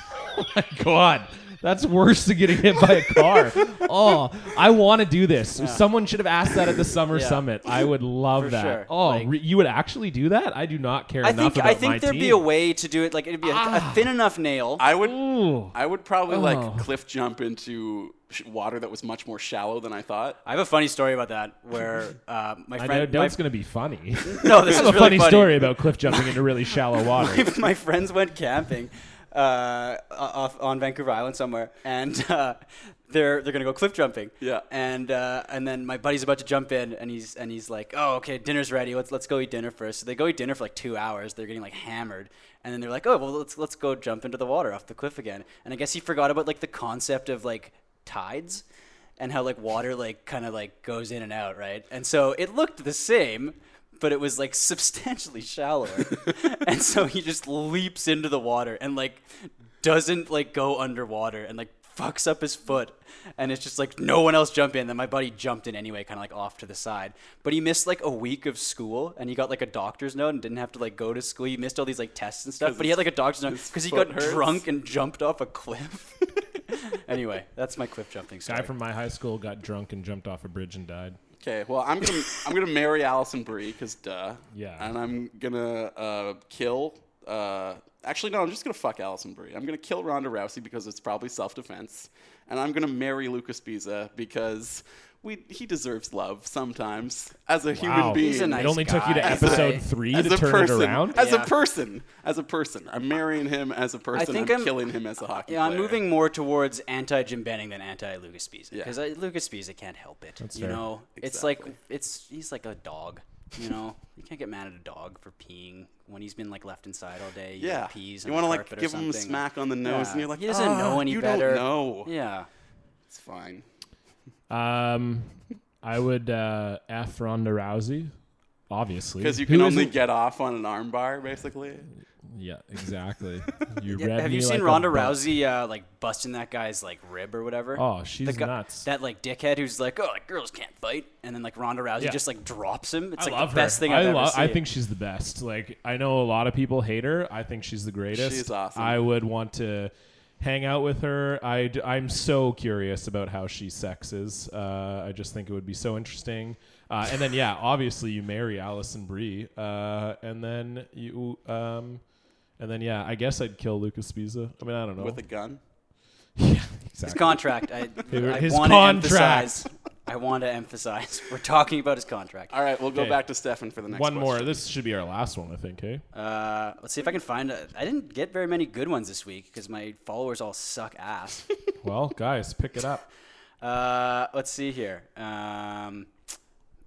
S4: [LAUGHS] God, that's worse than getting hit by a
S5: [LAUGHS]
S4: car. oh, I want to do this. Someone should have asked that at the summer
S5: Yeah.
S4: summit. I would love
S5: For
S4: that.
S5: sure.
S4: Oh,
S5: Like-
S4: re- you would actually do that? I do not care
S5: I
S4: enough
S5: think,
S4: about
S5: I think
S4: my
S5: there'd be
S4: team. Ah.
S5: a way to do it. Like it'd be a, a thin enough nail.
S3: I would.
S4: Ooh.
S3: I would probably
S4: Oh.
S3: like cliff jump into sh- water that was much more shallow than I thought.
S5: I have a funny story about that
S4: [LAUGHS]
S5: where uh, my
S4: I
S5: friend.
S4: know
S5: my-
S4: that's going to be funny.
S5: [LAUGHS] no,
S4: [LAUGHS]
S5: this
S4: I
S5: is
S4: have a
S5: really
S4: funny, story about cliff jumping into
S5: [LAUGHS]
S4: really shallow water.
S5: my, my friends went camping uh, off on Vancouver Island somewhere, and uh, they're they're gonna go cliff jumping.
S3: Yeah.
S5: And uh, and then my buddy's about to jump in, and he's and he's like, "Oh, okay, dinner's ready. Let's let's go eat dinner first. So they go eat dinner for like two hours. They're getting like hammered, and then they're like, "Oh, well, let's let's go jump into the water off the cliff again." And I guess he forgot about like the concept of like tides. And how like water like kind of like goes in and out, right? And so it looked the same, but it was like [LAUGHS] substantially shallower. and so he just leaps into the water and like doesn't like go underwater and like fucks up his foot. And it's just like no one else jump in. Then my buddy jumped in anyway, kind of like off to the side. But he missed like a week of school and he got like a doctor's note and didn't have to like go to school. He missed all these like tests and stuff, but he had like a doctor's note because he got
S3: foot hurts.
S5: drunk and jumped off a cliff. [LAUGHS] anyway, that's my cliff jumping story.
S4: Guy from my high school got drunk and jumped off a bridge and died.
S3: Okay, well I'm gonna I'm gonna marry Allison Brie because duh.
S4: Yeah.
S3: And I'm gonna uh, kill. Uh, actually, no, I'm just gonna fuck Allison Brie. I'm gonna kill Ronda Rousey because it's probably self-defense, and I'm gonna marry Lucas Pisa because we he deserves love sometimes as a human
S4: Wow.
S3: being.
S5: He's a nice
S4: it only took you to
S5: guy.
S4: episode
S5: As a-
S4: three
S3: as
S4: to
S3: a
S4: turn
S3: person,
S4: it around.
S3: as
S5: Yeah.
S3: a person, as a person, I'm marrying him as a person.
S5: think
S3: I'm,
S5: I'm-
S3: killing him as a hockey
S5: Yeah, I'm
S3: player.
S5: moving more towards anti Jim Benning than anti Lucas Pisa
S3: Yeah.
S5: because Lucas Pisa can't help it. you
S4: fair.
S5: know, it's like it's he's like a dog. You know, [LAUGHS] you can't get mad at a dog for peeing when he's been like left inside all day. He, like,
S3: Yeah,
S5: pees
S3: you
S5: want to
S3: like give him a smack on the nose, and you're like,
S5: he doesn't
S3: "Ah,
S5: know any
S3: you
S5: better.
S3: No,
S5: Yeah,
S3: it's fine.
S4: Um, I would uh, F Ronda Rousey, obviously.
S3: Because you
S4: Who
S3: can only
S4: isn't-
S3: get off on an armbar, basically.
S4: Yeah,
S5: [LAUGHS]
S4: exactly. You
S5: Yeah,
S4: read
S5: Have you
S4: me
S5: seen
S4: like a
S5: Ronda
S4: book.
S5: Rousey uh, like busting that guy's like rib or whatever?
S4: Oh,
S5: The
S4: she's
S5: guy-
S4: nuts.
S5: That like dickhead who's like, oh, like, girls can't fight, and then like Ronda Rousey
S4: Yeah.
S5: just like drops him. It's
S4: I
S5: like
S4: love
S5: the best
S4: her.
S5: thing
S4: I
S5: I've ever
S4: love.
S5: seen.
S4: I think she's the best. Like I know a lot of people hate her. I think she's the greatest.
S3: She's awesome.
S4: I would want to hang out with her. I am so curious about how she sexes. Uh, I just think it would be so interesting. Uh, and then yeah, obviously you marry Allison Brie, uh, and then you. Um, and then yeah, I guess I'd kill Lucas Pisa. I mean I don't know.
S3: With a gun.
S4: [LAUGHS] yeah,
S5: His
S4: exactly.
S5: contract. I, I
S4: [LAUGHS] his
S5: want to
S4: contract.
S5: emphasize. I want to emphasize. [LAUGHS] We're talking about his contract.
S3: All right, we'll go
S4: Okay.
S3: back to Stefan for the next
S4: One more.
S3: question.
S4: This should be our last one, I think. Hey.
S5: Uh, let's see if I can find. A, I didn't get very many good ones this week because my followers all suck ass.
S3: [LAUGHS]
S4: Well, guys, pick it up.
S5: uh, let's see here. Um,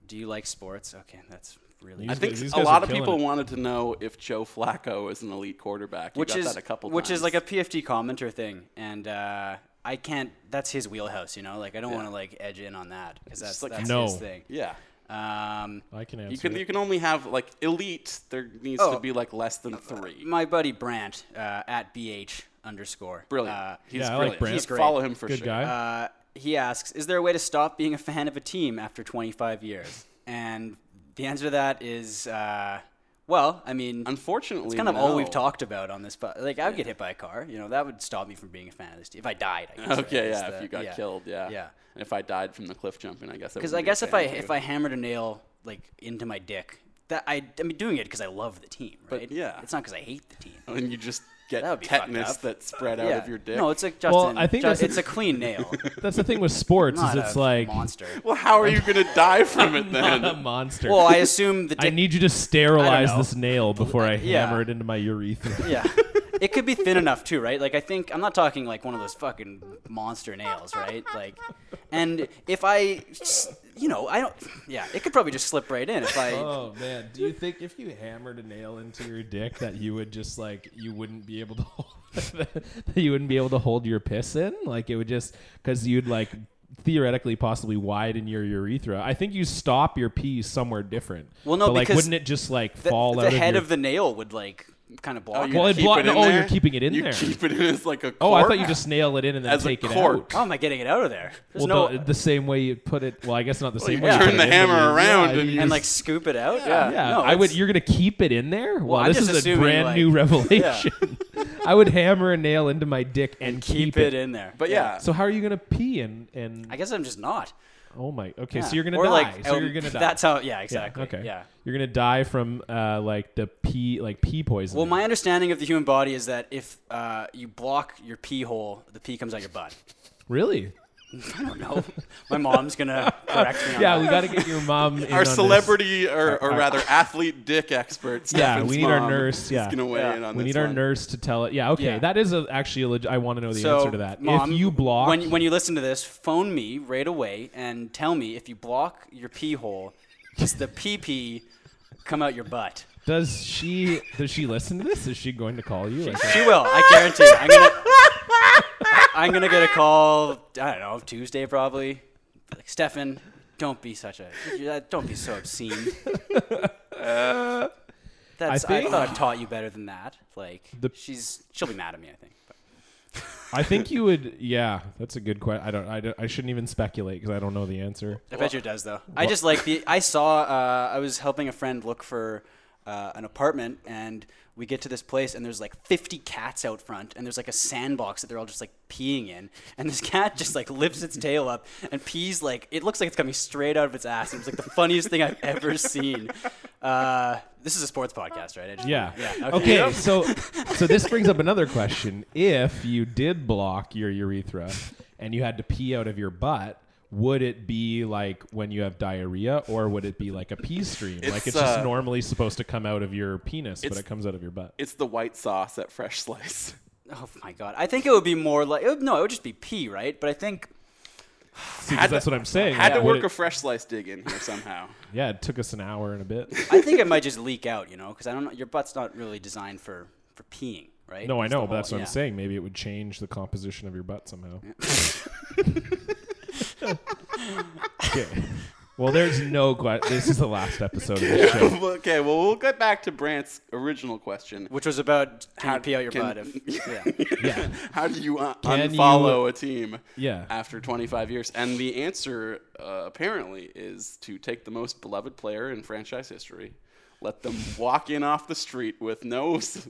S5: do you like sports? Okay, that's really.
S3: I
S4: These
S3: think
S4: guys- these
S3: a
S4: guys
S3: lot
S4: are
S3: of
S4: killing
S3: people
S4: it.
S3: wanted to know if Joe Flacco is an elite quarterback. You
S5: which
S3: got
S5: is
S3: that a couple
S5: which is
S3: times.
S5: like a PFT commenter thing, and uh, I can't. That's his wheelhouse, you know. Like I don't want to like edge in on that because that's
S3: like-
S5: that's
S4: No.
S5: his thing.
S3: yeah.
S5: Um,
S4: I can answer.
S3: You can
S4: it.
S3: you can only have like elite. There needs
S5: Oh.
S3: to be like less than three.
S5: my buddy Brandt uh, at bh underscore
S3: brilliant.
S5: Uh,
S3: he's
S4: Yeah, I like
S3: brilliant.
S4: Brandt. He's
S5: great.
S3: Follow him for
S4: Good
S3: sure.
S4: guy.
S5: Uh, he asks, "Is there a way to stop being a fan of a team after 25 years?" And the answer to that is, uh, well, I mean,
S3: Unfortunately,
S5: it's kind of all we've
S3: no.
S5: talked about on this. But like, I would get hit by a car. You know, that would stop me from being a fan of this team if I died. I guess, right?
S3: [LAUGHS] Okay,
S5: It's
S3: yeah.
S5: the-
S3: If you got killed, yeah.
S5: yeah.
S3: And if I died from the cliff jumping, I guess.
S5: Because I guess if I if I hammered a nail like into my dick, that I I mean doing it because I love the team, right?
S3: yeah.
S5: it's not because I hate the
S3: [LAUGHS]
S5: team.
S3: and you just
S5: That would
S3: get
S5: be fucked
S3: tetanus
S5: up.
S3: that spread out
S5: yeah.
S3: of your dick.
S5: No, it's like Justin.
S4: Well, I think
S5: Ju-
S4: that's a-
S5: it's a
S3: [LAUGHS]
S5: clean nail.
S4: That's the thing with sports is
S5: not
S4: it's
S5: a
S4: like
S5: monster.
S3: well, how are you gonna die from it then?
S4: [LAUGHS] a monster.
S5: Well, I assume the dick
S4: I need you to sterilize
S5: know.
S4: this nail before I
S5: Yeah.
S4: hammer it into my
S5: [LAUGHS]
S4: urethra.
S5: Yeah. It could be thin enough too, right? Like I think I'm not talking like one of those fucking monster nails, right? Like, and if I, you know, I don't. Yeah, it could probably just slip right in if I.
S4: Oh man, do you think if you hammered a nail into your dick that you would just like you wouldn't be able to [LAUGHS] hold, that you wouldn't be able to hold your piss in? Like it would just because you'd like theoretically possibly widen your urethra. I think you stop your pee somewhere different.
S5: Well, no,
S4: but, like
S5: because
S4: wouldn't it just like
S5: the,
S4: fall
S5: the
S4: out
S5: head
S4: of,
S5: of the nail would like kind of block.
S3: you
S5: it.
S4: Well, it
S3: keep
S4: block-
S3: in
S4: oh, you're
S3: there?
S4: keeping it in
S3: you
S4: there.
S3: keep it in as like a cork.
S4: Oh, I thought you just nail it in and then
S3: As a
S4: take it
S3: cork.
S4: out.
S5: How am I getting it out of there? There's
S4: Well,
S5: no
S4: the, the same way you put it. Well, I guess not the
S3: you
S4: same way. you
S3: turn
S4: put
S3: the
S4: it in, but
S3: hammer
S4: you- yeah,
S3: around
S4: you
S3: and-
S4: just-
S5: and like scoop it out. Yeah,
S4: Yeah,
S5: No,
S4: I would.
S5: it's-
S4: You're gonna keep it in there. Well,
S5: I'm
S4: this
S5: just
S4: is a
S5: assuming,
S4: brand
S5: like-
S4: new revelation. [LAUGHS] I would hammer a nail into my dick and,
S5: keep it in there.
S3: But yeah,
S4: So how are you gonna pee and and?
S5: I guess I'm just not.
S4: oh my. Okay,
S5: Yeah.
S4: so you're gonna
S5: Or,
S4: die.
S5: like,
S4: so
S5: um,
S4: you're gonna die.
S5: That's how. Yeah,
S4: Yeah,
S5: exactly.
S4: okay.
S5: Yeah.
S4: You're gonna die from uh like the pee like pee poisoning.
S5: Well, my understanding of the human body is that if uh, you block your pee hole, the pee comes out your butt. [LAUGHS]
S4: really?
S5: I don't know. [LAUGHS] My mom's gonna correct me. On
S4: Yeah,
S5: that.
S4: we gotta get your mom. In
S3: our
S4: on this.
S3: celebrity, or, or rather, athlete dick expert. Stefan's
S4: we need our
S3: mom
S4: nurse,
S3: is
S4: yeah.
S3: gonna weigh in on
S4: We
S3: this
S4: need our
S3: one.
S4: nurse to tell it. Yeah, okay.
S5: Yeah.
S4: That is a, actually a leg- I want to know the
S5: so,
S4: answer to that.
S5: Mom,
S4: if you block,
S5: when when you listen to this, phone me right away and tell me if you block your pee hole, does the pee pee come out your butt?
S4: does she does she listen to this? Is she going to call you?
S5: [LAUGHS]
S4: Like,
S5: She will. I guarantee. I'm gonna. I'm gonna get a call. I don't know Tuesday probably. Like Stefan, don't be such a. Don't be so
S4: [LAUGHS]
S5: obscene. That's. I,
S4: think-
S5: thought I taught you better than that. Like
S4: The-
S5: she's. She'll be mad at me. I think.
S4: I think you would. Yeah, that's a good question. I don't. I, don't, I shouldn't even speculate because I don't know the answer.
S5: I bet you it does though. I just like the. I saw. Uh, I was helping a friend look for uh, an apartment, and we get to this place, and there's like 50 cats out front, and there's like a sandbox that they're all just like peeing in, and this cat just like lifts its tail up and pees like it looks like it's coming straight out of its ass. It was like the funniest thing I've ever seen. Uh, this is a sports podcast, right? I just-
S4: Yeah.
S5: Yeah.
S4: Okay. So, so this brings up another question. If you did block your urethra and you had to pee out of your butt, would it be like when you have diarrhea, or would it be like a pee stream? like
S3: It's,
S4: it's just
S3: uh,
S4: normally supposed to come out of your penis, but
S3: it's-
S4: it comes out of your butt.
S3: It's the white sauce at Fresh Slice.
S5: Oh my god. I think it would be more like it would, no, it would just be pee, right? But I think
S4: See, 'cause
S3: to-
S4: that's what I'm saying.
S3: Had to
S4: Would
S3: work
S4: it-
S3: a Fresh Slice dig in here somehow. [LAUGHS]
S4: yeah, it took us an hour and a
S5: [LAUGHS]
S4: bit.
S5: I think it might just leak out, you know, because I don't know. Your butt's not really designed for for peeing, right?
S4: No, I
S5: It's the
S4: know, but
S5: whole-
S4: that's what
S5: yeah.
S4: I'm saying. Maybe it would change the composition of your butt
S5: [LAUGHS]
S4: somehow. [LAUGHS] okay. Well, there's no question. This is the last episode of the show.
S3: okay, well, we'll get back to Brant's original question.
S5: Which was about can
S3: How-
S5: you pee out your
S3: can-
S5: butt?
S3: [LAUGHS]
S5: If, yeah.
S4: Yeah.
S3: How do you un-
S4: Can
S3: unfollow
S4: you-
S3: a team
S4: Yeah.
S3: after 25 years? And the answer, uh, apparently, is to take the most beloved player in franchise history, let them walk in off the street with no s-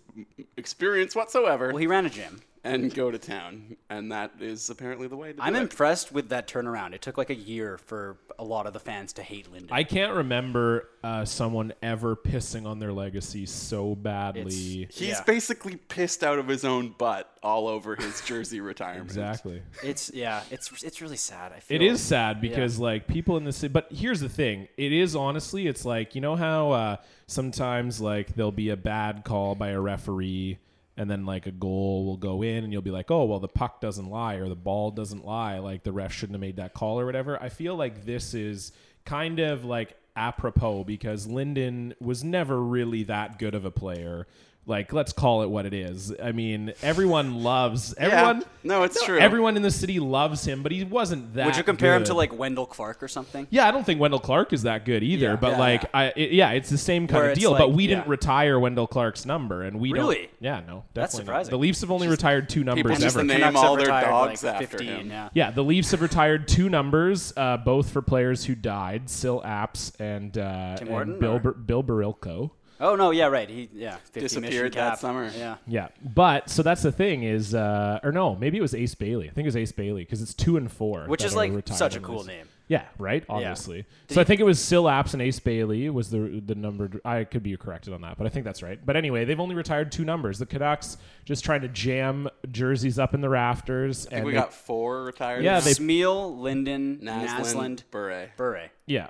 S3: experience whatsoever,
S5: Well, he ran a gym.
S3: and go to town. And that is apparently the way to do
S5: I'm
S3: it.
S5: impressed with that turnaround. It took like a year for a lot of the fans to hate Linden.
S4: I can't remember uh, someone ever pissing on their legacy so badly.
S5: It's-
S3: He's
S5: Yeah.
S3: basically pissed out of his own butt all over his jersey retirement.
S4: Exactly.
S5: it's yeah, it's it's really sad. I feel
S4: It is sad because like people in the city. But here's the thing: it is honestly, it's like you know how uh, sometimes like there'll be a bad call by a referee, and then like a goal will go in, and you'll be like, oh well, the puck doesn't lie or the ball doesn't lie, like the ref shouldn't have made that call or whatever. I feel like this is kind of like apropos because Linden was never really that good of a player. Like, let's call it what it is. I mean, everyone loves everyone.
S3: No, it's true.
S4: Everyone in the city loves him, but he wasn't that.
S5: Would you compare him
S4: good.
S5: to like Wendell Clark or something?
S4: Yeah, I don't think Wendell Clark is that good either.
S5: Yeah.
S4: but
S5: Yeah,
S4: like,
S5: yeah.
S4: I it, yeah, it's the same kind
S5: Where
S4: of
S5: it's
S4: deal.
S5: like-
S4: but we didn't
S5: yeah.
S4: retire Wendell Clark's number, and we
S5: Really?
S4: Don't, yeah, no, definitely
S5: That's
S4: not.
S5: surprising.
S4: The Leafs have only retired two numbers
S3: People just
S4: ever.
S3: name
S5: Canucks
S3: all
S5: have
S3: their
S5: retired,
S3: dogs
S5: like,
S3: after
S5: 15,
S3: him.
S5: Yeah.
S4: yeah, the Leafs have retired two numbers, uh, both for players who died: Sil Apps and, uh, and
S5: Horton,
S4: Bill
S5: or-
S4: Ber- Bill Barilko.
S5: Oh no, yeah, right. He yeah, 50 mission
S3: Disappeared that
S5: cap.
S3: summer.
S5: Yeah.
S4: Yeah, but so that's the thing is, uh, or no, maybe it was Ace Bailey. I think it was Ace Bailey because it's two and four,
S5: Which
S4: that
S5: is
S4: are
S5: like
S4: retired
S5: such a
S4: on
S5: cool
S4: this.
S5: name.
S4: Yeah, right. Obviously. So I think it was Sil Apps and Ace Bailey was the the number. I could be corrected on that, but I think that's right. But anyway, they've only retired two numbers. The Canucks just trying to jam jerseys up in the rafters.
S3: I think
S4: and
S3: we
S4: they-
S3: got four retired.
S4: Yeah, they-
S5: Smeal, Linden,
S3: Naslund,
S5: Naslund,
S3: Bure.
S5: Bure,
S4: yeah.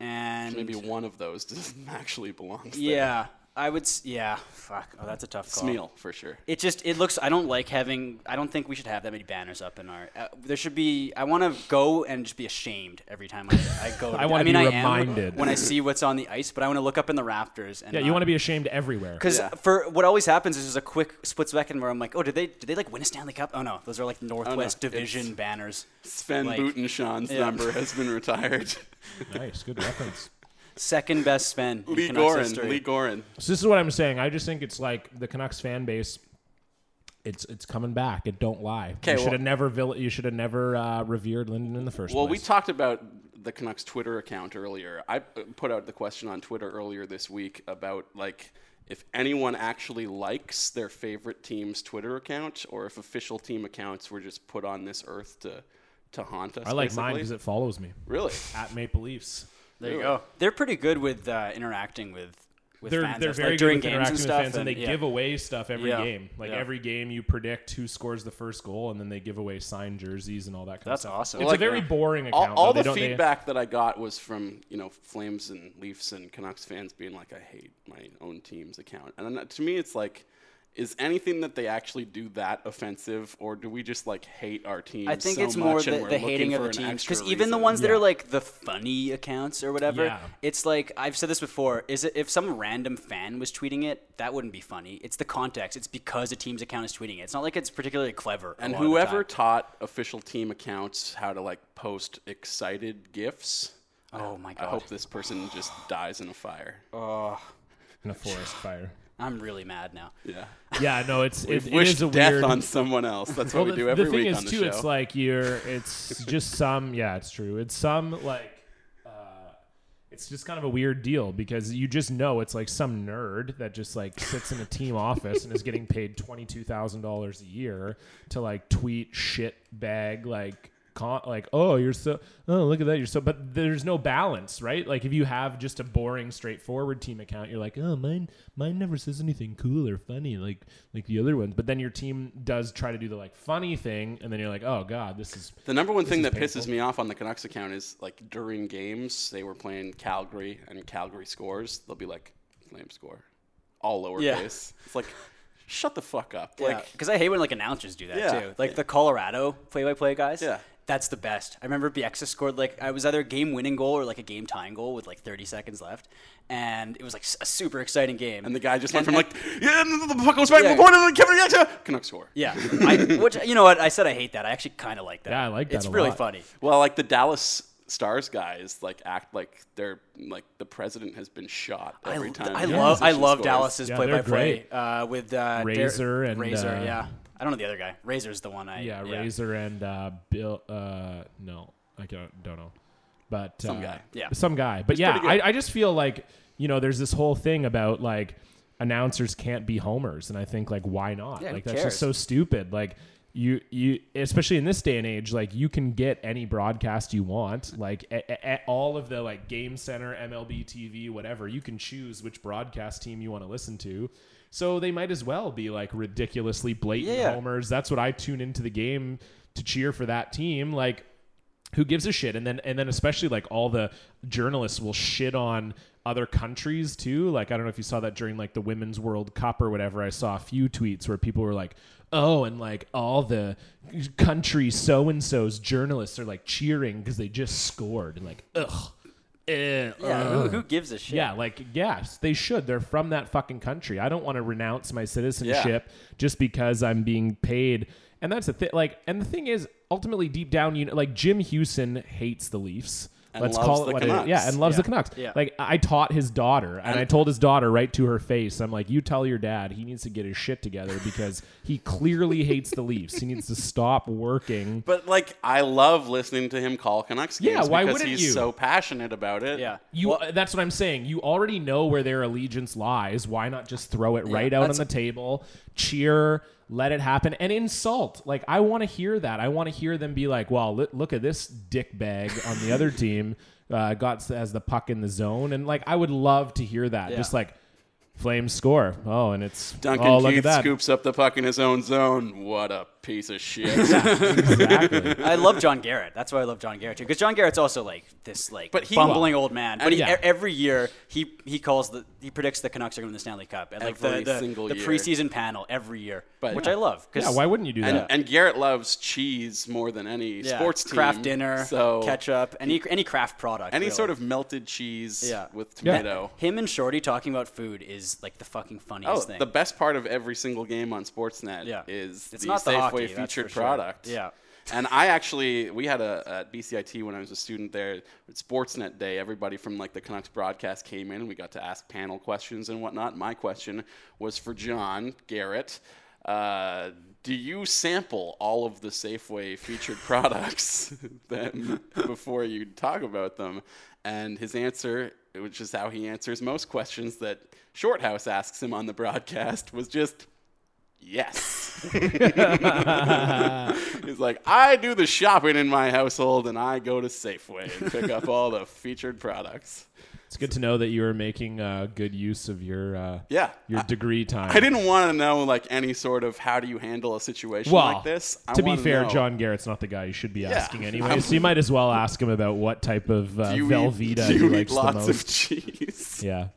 S5: and
S3: [LAUGHS] Maybe one of those doesn't actually belong.
S5: Yeah. I would. s- Yeah. Fuck. Oh, that's a tough call.
S3: Smeal for sure.
S5: It just it looks. I don't like having. I don't think we should have that many banners up in our. Uh, there should be. I want to go and just be ashamed every time I, I go. To,
S4: [LAUGHS] I wanna
S5: mean,
S4: be
S5: I
S4: reminded.
S5: am when I see what's on the ice, but I want to look up in the rafters. And
S4: Yeah, you want to be ashamed everywhere.
S5: Because for what always happens is there's a quick split second where I'm like, oh, did they did they like win a Stanley Cup? Oh no, those are like Northwest Division
S3: It's-
S5: banners.
S3: Sven
S5: Like-
S3: Butenschan's number has been
S5: [LAUGHS]
S3: retired.
S4: Nice, good reference.
S5: Second best Sven. in
S3: Lee
S5: Canucks
S3: Gorin.
S5: history.
S3: Lee Gorin.
S4: So this is what I'm saying. I just think it's like the Canucks fan base. It's it's coming back. It don't lie. You
S3: 'Kay,
S4: should
S3: well-
S4: have never vill- you should have never uh, revered Linden in the first
S3: Well, we
S4: place.
S3: talked about the Canucks Twitter account earlier. I uh, put out the question on Twitter earlier this week about like if anyone actually likes their favorite team's Twitter account or if official team accounts were just put on this earth to to haunt us.
S4: I like mine
S3: basically.
S4: because it follows me [LAUGHS]
S3: really.
S4: at Maple Leafs.
S5: There you go. They're pretty good with uh, interacting with with
S4: They're
S5: fans.
S4: they're
S5: That's
S4: very
S5: like
S4: good
S5: during
S4: with
S5: games
S4: interacting
S5: and
S4: with
S5: stuff.
S4: fans, and they
S5: yeah.
S4: give away stuff every
S5: Yeah.
S4: game. Like
S5: Yeah.
S4: every game, you predict who scores the first goal, and then they give away signed jerseys and all that. kind
S5: That's
S4: of stuff.
S5: awesome.
S4: It's
S5: Like,
S4: a very boring account.
S3: All, all
S4: though. They
S3: the
S4: don't- they-
S3: feedback that I got was from you know Flames and Leafs and Canucks fans being like, "I hate my own team's account," and I'm not- to me, it's like, is anything that they actually do that offensive, or do we just like hate our team?
S5: I think
S3: so
S5: it's more
S3: much and
S5: the,
S3: we're
S5: the
S3: looking
S5: hating of
S3: for
S5: the
S3: an
S5: teams
S3: extra
S5: because even the
S3: reason?
S5: ones that
S4: Yeah.
S5: are like the funny accounts or whatever,
S4: Yeah.
S5: it's like I've said this before. Is it if some random fan was tweeting it, that wouldn't be funny. It's the context. It's because a team's account is tweeting it. It's not like it's particularly clever. a
S3: And
S5: lot of the
S3: whoever
S5: time.
S3: taught official team accounts how to like post excited gifs,
S5: oh my
S3: I
S5: god, Oh.
S3: hope this person just dies in a fire.
S4: in a forest fire.
S5: I'm really mad now.
S3: Yeah,
S4: Yeah, no, it's it, it
S3: wish
S4: is a
S3: death
S4: weird.
S3: on someone else. That's what
S4: Well,
S3: we do every
S4: the thing
S3: week
S4: is
S3: on the
S4: too
S3: show.
S4: it's like you're
S3: [LAUGHS]
S4: it's just some yeah it's true it's some like uh, it's just kind of a weird deal because you just know it's like some nerd that just like sits in a team office and is getting paid $22000 a year to like tweet shit bag like con- like oh you're so oh look at that you're so but there's no balance right like if you have just a boring straightforward team account you're like oh mine mine never says anything cool or funny like like the other ones but then your team does try to do the like funny thing and then you're like oh god this is
S3: The number one thing
S4: is
S3: that
S4: painful.
S3: pisses me off on the Canucks account is like during games they were playing Calgary and Calgary scores, they'll be like Flame score, all lowercase.
S5: Yeah.
S3: It's like shut the fuck up.
S5: Like,
S3: Like
S5: because I hate when like announcers do that
S3: Yeah.
S5: too. Like the Colorado play-by-play guys.
S3: Yeah.
S5: That's the best. I remember Bieksa scored like I was either a game-winning goal or like a game-tying goal with like 30 seconds left, and it was like s- a super exciting game.
S3: and the guy just went from
S5: and-
S3: like yeah, and the puck goes back,
S5: Yeah.
S3: yeah. point of Kevin Yaxa. Canucks score.
S5: yeah, I, which you know what I said I hate that. I actually kind of like that.
S4: Yeah, I like that
S5: It's
S4: a
S5: really
S4: lot.
S5: funny.
S3: Well, like the Dallas Stars guys like act like they're like the president has been shot every
S5: I,
S3: time.
S5: I
S3: the
S5: love I
S3: opposition
S5: love
S3: scores.
S5: Dallas's
S4: Yeah, they're
S5: play-by-play uh, with uh, Dar-
S4: Razor and,
S5: Razor.
S4: uh,
S5: yeah, I don't know the other guy. Razor's the one I
S4: yeah, Razor and uh, Bill. Uh, no, I don't, don't know, but some
S3: guy.
S5: Yeah.
S4: some guy. But yeah, I, I just feel like you know, there's this whole thing about like announcers can't be homers, and I think like why not?
S5: Yeah, who
S4: like that's
S5: cares?
S4: just so stupid. Like you you especially in this day and age, like you can get any broadcast you want. Like a, a- a- all of the like Game Center, MLB TV, whatever, you can choose which broadcast team you want to listen to. So they might as well be like ridiculously blatant
S5: Yeah.
S4: homers. That's what I tune into the game to cheer for that team. Like who gives a shit and then and then especially like all the journalists will shit on other countries too like i don't know if you saw that during like the women's world cup or whatever i saw a few tweets where people were like oh and like all the country so and so's journalists are like cheering because they just scored and like ugh Eh,
S5: Yeah, who, who gives a shit?
S4: yeah, like yes, they should. They're from that fucking country. I don't want to renounce my citizenship just because I'm being paid. And that's the thing. Like, and the thing is, ultimately, deep down, you know, like Jim Hewson hates the Leafs.
S3: And
S4: Let's
S3: loves
S4: call it
S3: the
S4: what
S3: Canucks.
S4: it is. Yeah, and loves the Canucks.
S5: Yeah.
S4: Like I taught his daughter, and I told his daughter right to her face, I'm like, "You tell your dad he needs to get his shit together because he clearly hates the Leafs. He needs to stop working."
S3: But like, I love listening to him call Canucks games
S4: Yeah, why
S3: because
S4: wouldn't
S3: he's
S4: you?
S3: so passionate about it.
S5: yeah.
S4: You uh, that's what I'm saying. You already know where their allegiance lies. Why not just throw it right out on the table, cheer, let it happen, and insult? Like I want to hear that. I want to hear them be like, "Well, li- look at this dick bag on
S3: [LAUGHS]
S4: the other team uh, got s- as the puck in the zone," and like I would love to hear that. Just like Flames score. Oh, and it's
S3: Duncan
S4: oh, look
S3: Keith [LAUGHS]
S4: at that.
S3: scoops up the puck in his own zone. What a piece of
S4: [LAUGHS]
S3: shit.
S4: Exactly.
S5: I love John Garrett. That's why I love John Garrett too, because John Garrett's also like this like
S3: But he-
S5: bumbling old man. But he,
S4: yeah.
S5: e- every year he he calls the he predicts the Canucks are going to win the Stanley Cup and like
S3: Every
S5: the the,
S3: single
S5: the
S3: year.
S5: preseason panel every year,
S3: But-
S5: which I love. 'cause-
S4: yeah, why wouldn't you do
S3: and,
S4: that?
S3: and Garrett loves cheese more than any
S5: yeah,
S3: sports team.
S5: craft dinner,
S3: so
S5: ketchup, any any craft product,
S3: any
S5: really.
S3: sort of melted cheese
S5: Yeah.
S3: with
S4: Yeah.
S3: tomato.
S5: Him and Shorty talking about food is like the fucking funniest
S3: Oh,
S5: thing.
S3: the best part of every single game on Sportsnet
S5: Yeah.
S3: is
S5: It's
S3: the
S5: not the
S3: Safeway
S5: hockey, that's
S3: featured
S5: for sure.
S3: product.
S5: Yeah.
S3: And I actually, we had a at BCIT when I was a student there. It's Sportsnet Day. Everybody from like the Canucks broadcast came in. and We got to ask panel questions and whatnot. My question was for John Garrett. Uh, do you sample all of the Safeway featured products [LAUGHS] then before you talk about them? And his answer, which is how he answers most questions that Shorthouse asks him on the broadcast, was just yes.
S4: [LAUGHS]
S3: He's like, I do the shopping in my household and I go to Safeway and pick up all the featured products.
S4: It's good to know that you are making uh, good use of your uh,
S3: Yeah.
S4: your
S3: I-
S4: degree time.
S3: I didn't want to know like any sort of how do you handle a situation
S4: well,
S3: like this. I
S4: to be
S3: wanna
S4: fair,
S3: know,
S4: John Garrett's not the guy you should be
S3: [LAUGHS]
S4: asking anyway,
S3: I'm-
S4: so you might as well ask him about what type of uh,
S3: do you eat,
S4: Velveeta
S3: do
S4: he
S3: you eat
S4: likes the
S3: lots
S4: most.
S3: of cheese?
S4: yeah.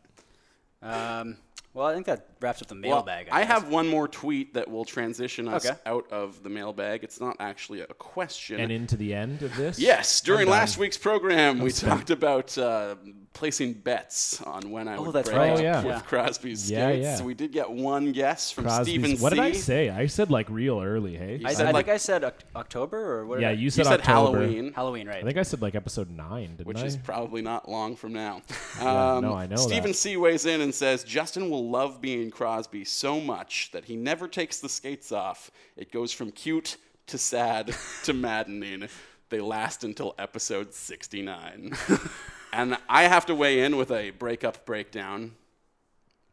S5: um, well, I think that wraps up the
S3: Well,
S5: mailbag.
S3: I
S5: guess.
S3: have one more tweet that will transition us
S5: Okay.
S3: out of the mailbag. It's not actually a question.
S4: And into the end of this?
S3: yes, during
S4: I'm
S3: last
S4: done.
S3: week's program, we talked about uh, placing bets on when I would
S5: that's
S3: break
S5: right.
S3: up
S4: Oh, yeah.
S3: with
S4: Yeah.
S3: Crosby's
S4: Yeah,
S3: skates.
S4: yeah.
S3: We did get one guess from
S4: Crosby's-
S3: Stephen C.
S4: What did I say? I said like real early, hey?
S5: I,
S3: said,
S5: I
S3: like-
S5: think I said Oct- October or what? did
S4: yeah,
S5: I-
S4: you
S3: You
S4: said,
S3: said
S4: October.
S3: Halloween.
S5: Halloween, right?
S4: I think I said like episode nine, didn't
S3: which
S4: I?
S3: is probably not long from now.
S4: [LAUGHS] Yeah, no, I know
S3: Stephen
S4: that.
S3: C weighs in and says Justin will love being Crosby so much that he never takes the skates off. It goes from cute to sad [LAUGHS] to maddening. They last until episode 69. [LAUGHS] and I have to weigh in with a breakup breakdown.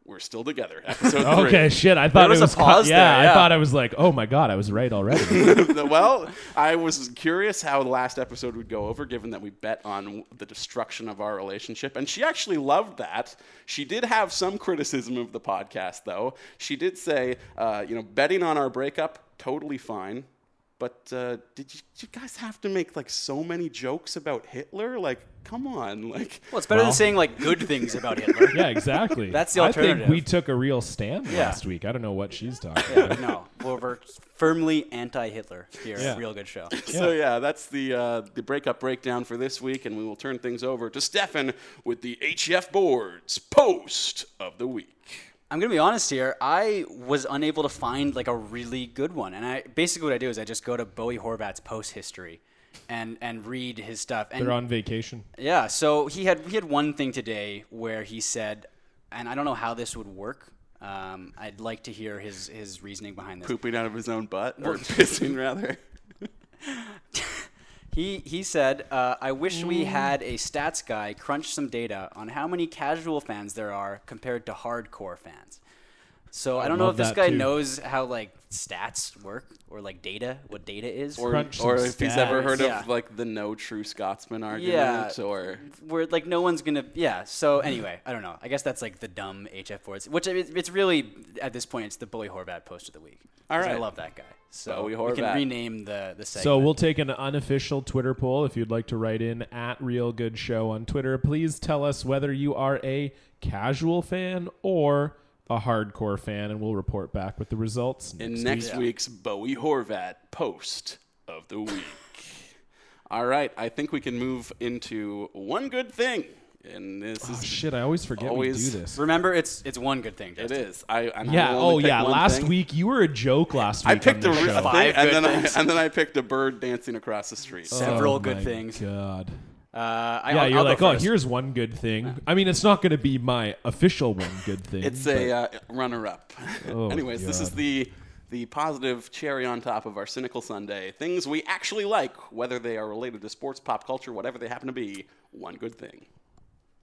S3: We're still together.
S4: [LAUGHS]
S3: Episode three.
S4: Okay, shit. I thought
S5: was
S4: it
S5: a
S4: was co-
S5: pause
S4: yeah,
S5: there,
S4: I
S5: yeah.
S4: thought I was like, oh my god, I was right already.
S3: [LAUGHS] well, I was curious how the last episode would go over, given that we bet on the destruction of our relationship. And she actually loved that. She did have some criticism of the podcast, though. She did say, uh, you know, betting on our breakup, totally fine. But uh, did, you, did you guys have to make like so many jokes about Hitler? Like, come on, [LAUGHS] like.
S5: Well, it's better than saying like good things about
S4: [LAUGHS]
S5: Hitler.
S4: yeah, exactly.
S5: That's the
S4: I
S5: alternative.
S4: think we took a real stand
S5: Yeah.
S4: last week. I don't know what she's talking about.
S5: no, well, we're firmly anti-Hitler here.
S4: Yeah.
S5: at Real good show.
S3: So yeah, that's the uh, the breakup breakdown for this week, and we will turn things over to Stefan with the HF boards post of the week.
S5: I'm gonna be honest here. I was unable to find like a really good one, and I basically what I do is I just go to Bowie Horvat's post history, and and read his stuff. And
S4: They're on vacation.
S5: Yeah, so he had he had one thing today where he said, and I don't know how this would work. Um, I'd like to hear his his reasoning behind this.
S3: pooping out of his own butt or [LAUGHS] pissing rather.
S5: He he said, uh, "I wish we had a stats guy crunch some data on how many casual fans there are compared to hardcore fans." So I, don't know
S4: love
S5: if this
S4: that
S5: guy
S4: too.
S5: knows how like stats work or like data, what data is.
S3: Or,
S4: Crunch
S3: or
S4: some
S3: if he's ever
S4: stats.
S3: heard
S5: Yeah.
S3: of like the no true Scotsman
S5: Yeah.
S3: argument or
S5: where like no one's gonna yeah so
S4: Mm-hmm.
S5: anyway i don't know i guess that's like the dumb hf boards which I mean, it's really at this point it's the bully horvat post of the week 'Cause i
S3: Alright.
S5: love that guy so
S3: Bowie
S5: we can
S3: Horvat.
S5: rename the the segment.
S4: So we'll take an unofficial Twitter poll. If you'd like to write in at Real Good Show on Twitter, please tell us whether you are a casual fan or a hardcore fan, and we'll report back with the results.
S3: in next week's Bowie Horvat post of the week. All right, I think we can move into one good thing. And this
S4: Oh,
S3: is
S4: shit, I always forget
S3: Always-
S4: we do this.
S5: remember it's it's one good thing
S3: it
S5: Justin.
S3: is. I and I
S4: Yeah.
S3: will only
S4: Oh,
S3: pick
S4: yeah.
S3: one
S4: Last
S3: thing.
S4: week you were a joke. Last week
S3: I picked a
S4: on
S3: re-
S4: this
S3: a
S4: show.
S3: thing,
S5: Five
S3: and
S5: good
S3: then
S5: things.
S3: I and then I picked a bird dancing across the street.
S5: several
S4: Oh
S5: good
S4: my
S5: things.
S4: God.
S5: uh, I,
S4: Yeah,
S5: I'll,
S4: you're
S5: I'll go
S4: like, oh,
S5: first.
S4: here's one good thing. I mean, it's not going to be my official one good
S3: [LAUGHS]
S4: thing.
S3: It's a uh, runner-up.
S4: Oh,
S3: Anyways, this is
S4: God.
S3: the the positive cherry on top of our cynical Sunday. Things we actually like, whether they are related to sports, pop culture, whatever they happen to be. One good thing.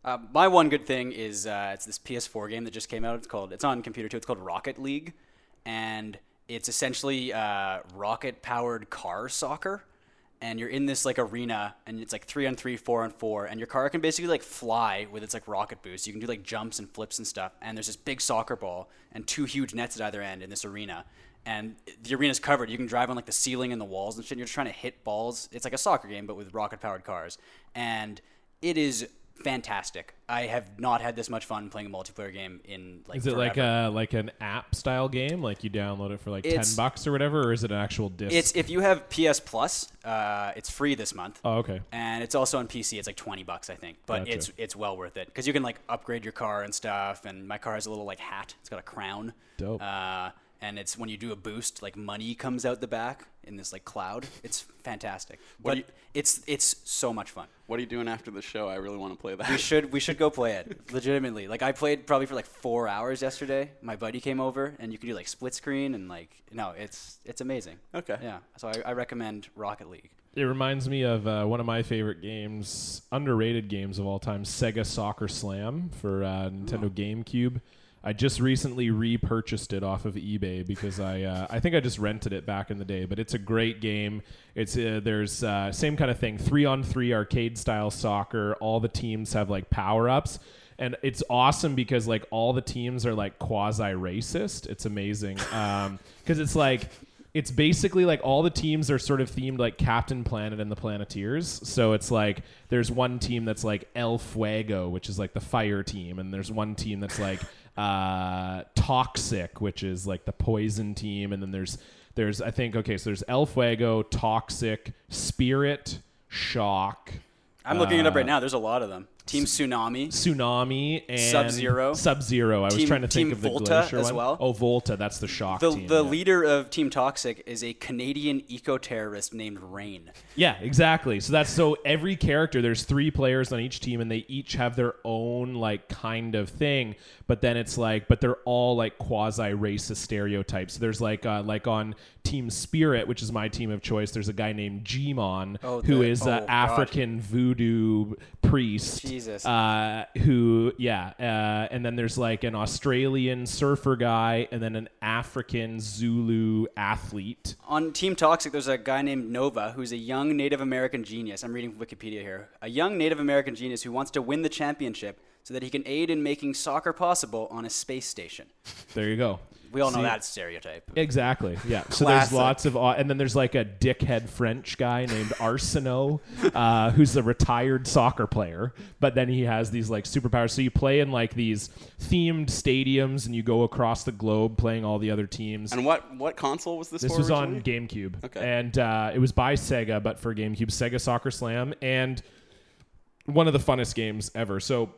S5: Uh, my one good thing is uh, it's this PS4 game that just came out. It's called it's on computer too. It's called Rocket League, and it's essentially uh, rocket powered car soccer. and you're in this like arena and it's like three on three, four on four, and your car can basically like fly with its like rocket boost. You can do like jumps and flips and stuff. And there's this big soccer ball and two huge nets at either end in this arena. And the arena's covered. You can drive on like the ceiling and the walls and shit. And you're trying to hit balls. It's like a soccer game, but with rocket powered cars. And it is fantastic. I have not had this much fun playing a multiplayer game in like.
S4: Is it like
S5: forever.
S4: a like an app style game? Like you download it for like
S5: It's-
S4: ten bucks or whatever, or is it an actual disc?
S5: It's if you have PS Plus, uh, it's free this month.
S4: oh, okay.
S5: and it's also on PC. It's like twenty bucks, I think, but
S4: Gotcha.
S5: it's it's well worth it because you can like upgrade your car and stuff. And my car has a little like hat. It's got a crown.
S4: Dope.
S5: Uh, and it's when you do a boost, like money comes out the back in this like cloud. It's fantastic. but
S3: do you-
S5: it's it's so much fun.
S3: What are you doing after the show? I really want to play that.
S5: We should we should go play it legitimately. Like I played probably for like four hours yesterday. My buddy came over, and you can do like split screen and like no, it's it's amazing.
S3: Okay.
S5: Yeah. So I, I recommend Rocket League.
S4: It reminds me of uh, one of my favorite games, underrated games of all time, Sega Soccer Slam for uh, Nintendo GameCube. I just recently repurchased it off of eBay because I uh, I think I just rented it back in the day, but it's a great game. It's uh, there's uh, same kind of thing, three on three arcade style soccer. All the teams have like power ups, and it's awesome because like all the teams are like quasi racist. It's amazing because it's like it's basically like all the teams are sort of themed like Captain Planet and the Planeteers. So it's like there's one team that's like El Fuego, which is like the fire team, and there's one team that's like [LAUGHS] uh, Toxic, which is like the poison team, and then there's there's I think okay, so there's El Fuego, Toxic, Spirit, Shock,
S5: I'm looking it up right now. There's a lot of them. Team Tsunami.
S4: Tsunami, and
S5: Sub-Zero.
S4: Sub Zero. I was
S5: Team-
S4: trying to think
S5: Team
S4: of the
S5: Volta
S4: Glacier
S5: as
S4: one.
S5: well.
S4: Oh, Volta, that's the Shock
S5: The,
S4: team.
S5: the
S4: yeah.
S5: leader of Team Toxic is a Canadian eco terrorist named Rain.
S4: Yeah, exactly. So that's so every character, there's three players on each team, and they each have their own like kind of thing. But then it's like, but they're all like quasi racist stereotypes. So there's like, uh, like on Team Spirit, which is my team of choice. There's a guy named Jimon,
S5: Oh,
S4: who
S5: the-
S4: is
S5: oh,
S4: an
S5: God.
S4: African voodoo priest.
S5: Jesus.
S4: Uh, who, yeah, uh, and then there's like an Australian surfer guy, and then an African Zulu athlete.
S5: On Team Toxic, there's a guy named Nova who's a young Native American genius. I'm reading from Wikipedia here. A young Native American genius who wants to win the championship so that he can aid in making soccer possible on a space station.
S4: There you go.
S5: We all know that stereotype.
S4: Exactly. Yeah. So there's
S5: Classic.
S4: lots of, au- and then there's like a dickhead French guy named Arsenault, uh, who's a retired soccer player, but then he has these like superpowers. So you play in like these themed stadiums, and you go across the globe playing all the other teams.
S3: And what what console was this?
S4: This
S3: for
S4: was on
S3: originally?
S4: GameCube,
S3: Okay.
S4: and uh, it was by Sega, but for GameCube, Sega Soccer Slam, and one of the funnest games ever. So,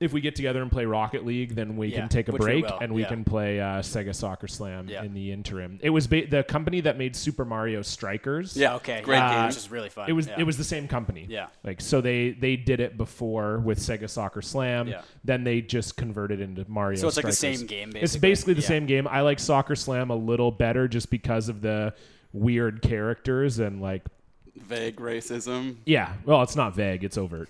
S4: if we get together and play Rocket League, then we
S5: Yeah,
S4: can take a
S5: which we
S4: break
S5: will,
S4: and we
S5: yeah.
S4: can play uh, Sega Soccer Slam
S5: Yeah.
S4: in the interim. It was ba- the company that made Super Mario Strikers.
S3: Yeah.
S5: Okay,
S3: Great
S5: yeah,
S3: game.
S5: Which is really fun.
S4: It was
S5: yeah.
S4: it was the same company.
S5: Yeah.
S4: Like so they they did it before with Sega Soccer Slam.
S5: Yeah.
S4: Then they just converted into Mario.
S5: So it's like the
S4: Strikers.
S5: same game,
S4: It's
S5: basically.
S4: basically the
S5: Yeah.
S4: same game. I like Soccer Slam a little better just because of the weird characters and like
S3: Vague racism.
S4: yeah. Well, it's not vague. It's
S5: [LAUGHS]
S4: overt.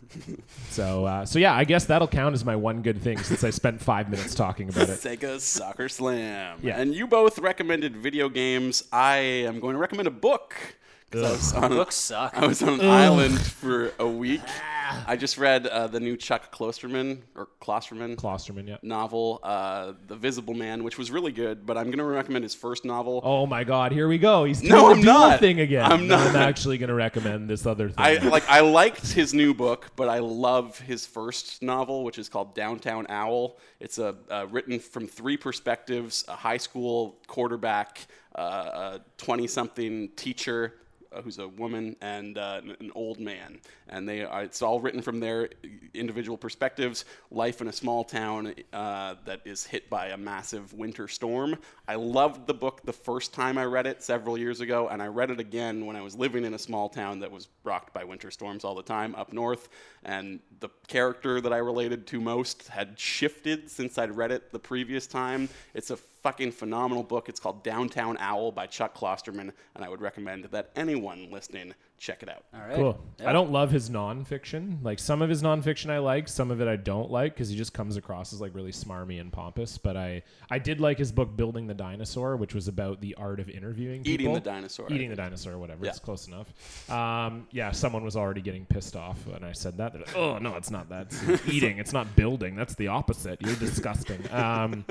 S4: so uh, so yeah, I guess that'll count as my one good thing since I spent five minutes talking about
S5: [LAUGHS]
S4: it.
S3: Sega Soccer Slam.
S4: Yeah.
S3: And you both recommended video games. I am going to recommend a book. 'cause I was on a-
S5: Books suck.
S3: I was on an island for a week. I just read uh, the new Chuck Klosterman or Klosterman
S4: Klosterman. Yeah.
S3: novel, uh, The Visible Man, which was really good. But I'm going to recommend his first novel.
S4: Oh my God! Here we go. He's doing
S3: No,
S4: the
S3: I'm
S4: dual
S3: not.
S4: thing again.
S3: I'm
S4: No,
S3: not.
S4: I'm actually going to recommend this other thing.
S3: I like I liked his new book, but I love his first novel, which is called Downtown Owl. It's a uh, written from three perspectives: a high school quarterback, uh, a twenty-something teacher uh, who's a woman, and uh, an- an old man. And they are, it's all written from their individual perspectives. Life in a small town uh, that is hit by a massive winter storm. I loved the book the first time I read it several years ago, and I read it again when I was living in a small town that was rocked by winter storms all the time up north. And the character that I related to most had shifted since I'd read it the previous time. It's a fucking phenomenal book. It's called Downtown Owl by Chuck Klosterman, and I would recommend that anyone listening Check it out.
S5: All right.
S4: Cool.
S5: Yeah.
S4: I don't love his nonfiction. Like some of his nonfiction I like, some of it I don't like because he just comes across as like really smarmy and pompous. But I I did like his book Building the Dinosaur, which was about the art of interviewing
S3: Eating
S4: people.
S3: the dinosaur, I
S4: Eating the dinosaur, whatever.
S3: Yeah.
S4: It's close enough. Um, yeah, someone was already getting pissed off when I said that. They're like, oh no, it's not that.
S3: [LAUGHS]
S4: It's eating. It's not building. That's the opposite. You're disgusting.
S3: [LAUGHS]
S4: Um,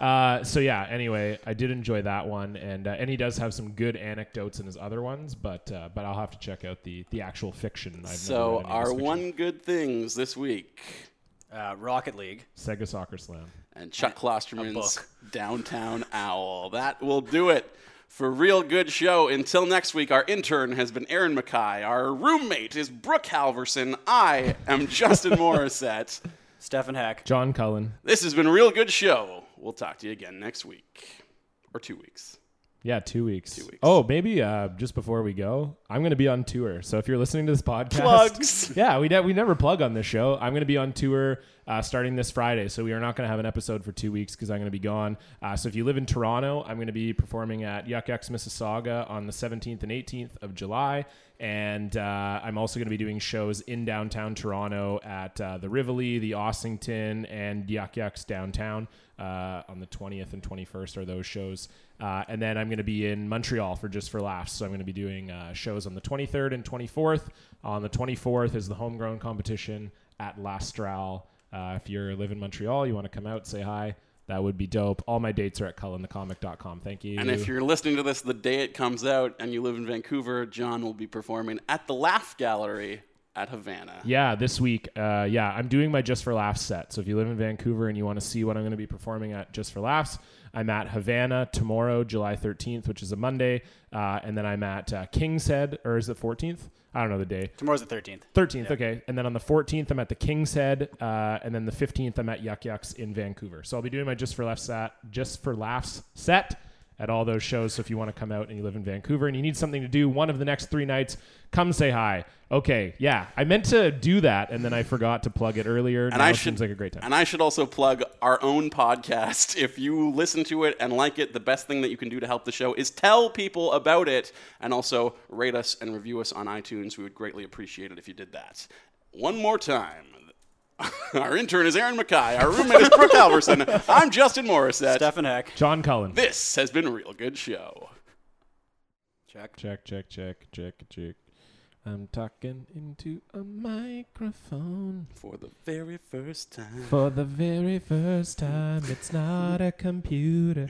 S4: uh, so yeah. Anyway, I did enjoy that one, and uh, and he does have some good anecdotes in his other ones, but uh, but I'll have to check out the the actual fiction. I've
S3: So,
S4: never read any of
S3: our
S4: his
S3: one good things this week
S5: Uh, Rocket League.
S4: fiction. Sega Soccer Slam.
S3: and Chuck Klosterman's
S5: book.
S3: Downtown Owl. That will do it for Real Good Show. Until next week, our intern has been Aaron Mackay. Our roommate is Brooke Halverson. I am Justin Morissette.
S5: Stefan Heck.
S4: John Cullen.
S3: This has been Real Good Show. We'll talk to you again next week or two weeks.
S4: Yeah, two weeks. Two
S3: weeks.
S4: Oh, maybe uh, just before we go, I'm going to be on tour. So if you're listening to this podcast,
S3: Plugs.
S4: [LAUGHS] Yeah, we ne- we never plug on this show. I'm going to be on tour uh, starting this Friday, so we are not going to have an episode for two weeks because I'm going to be gone. Uh, so if you live in Toronto, I'm going to be performing at Yuck Yucks Mississauga on the 17th and 18th of July, and uh, I'm also going to be doing shows in downtown Toronto at uh, the Rivoli, the Ossington, and Yuck Yucks downtown uh, on the 20th and 21st are those shows. Uh, and then I'm going to be in Montreal for Just for Laughs. So I'm going to be doing uh, shows on the 23rd and 24th. On the 24th is the homegrown competition at Lastral. Uh, if you live in Montreal, you want to come out, say hi. That would be dope. All my dates are at cullenthecomic.com. Thank you.
S3: And if you're listening to this the day it comes out and you live in Vancouver, John will be performing at the Laugh Gallery at Havana.
S4: Yeah, this week. Uh, yeah, I'm doing my Just for Laughs set. So if you live in Vancouver and you want to see what I'm going to be performing at Just for Laughs, I'm at Havana tomorrow, July 13th, which is a Monday. Uh, and then I'm at uh, King's Head, or is it 14th? I don't know the day.
S5: Tomorrow's the 13th.
S4: 13th, okay. And then on the 14th, I'm at the King's Head. Uh, and then the 15th, I'm at Yuck Yucks in Vancouver. So I'll be doing my Just for Laughs set, Just for Laughs set at all those shows. So if you want to come out and you live in Vancouver and you need something to do one of the next three nights, come say hi. Okay, yeah. I meant to do that, and then I forgot to plug it earlier.
S3: And
S4: now
S3: I
S4: it
S3: should
S4: seems like a great time.
S3: And I should also plug our own podcast. [LAUGHS] If you listen to it and like it, the best thing that you can do to help the show is tell people about it and also rate us and review us on iTunes. We would greatly appreciate it if you did that. One more time. [LAUGHS] Our intern is Aaron Mackay. Our roommate is Brooke Alverson. I'm Justin Morissette.
S5: Stefan Heck.
S4: John Cullen.
S3: This has been a real good show.
S5: Check.
S4: Check, check, check, check, check. I'm talking into a microphone.
S3: For the very first time.
S4: For the very first time, it's not a computer.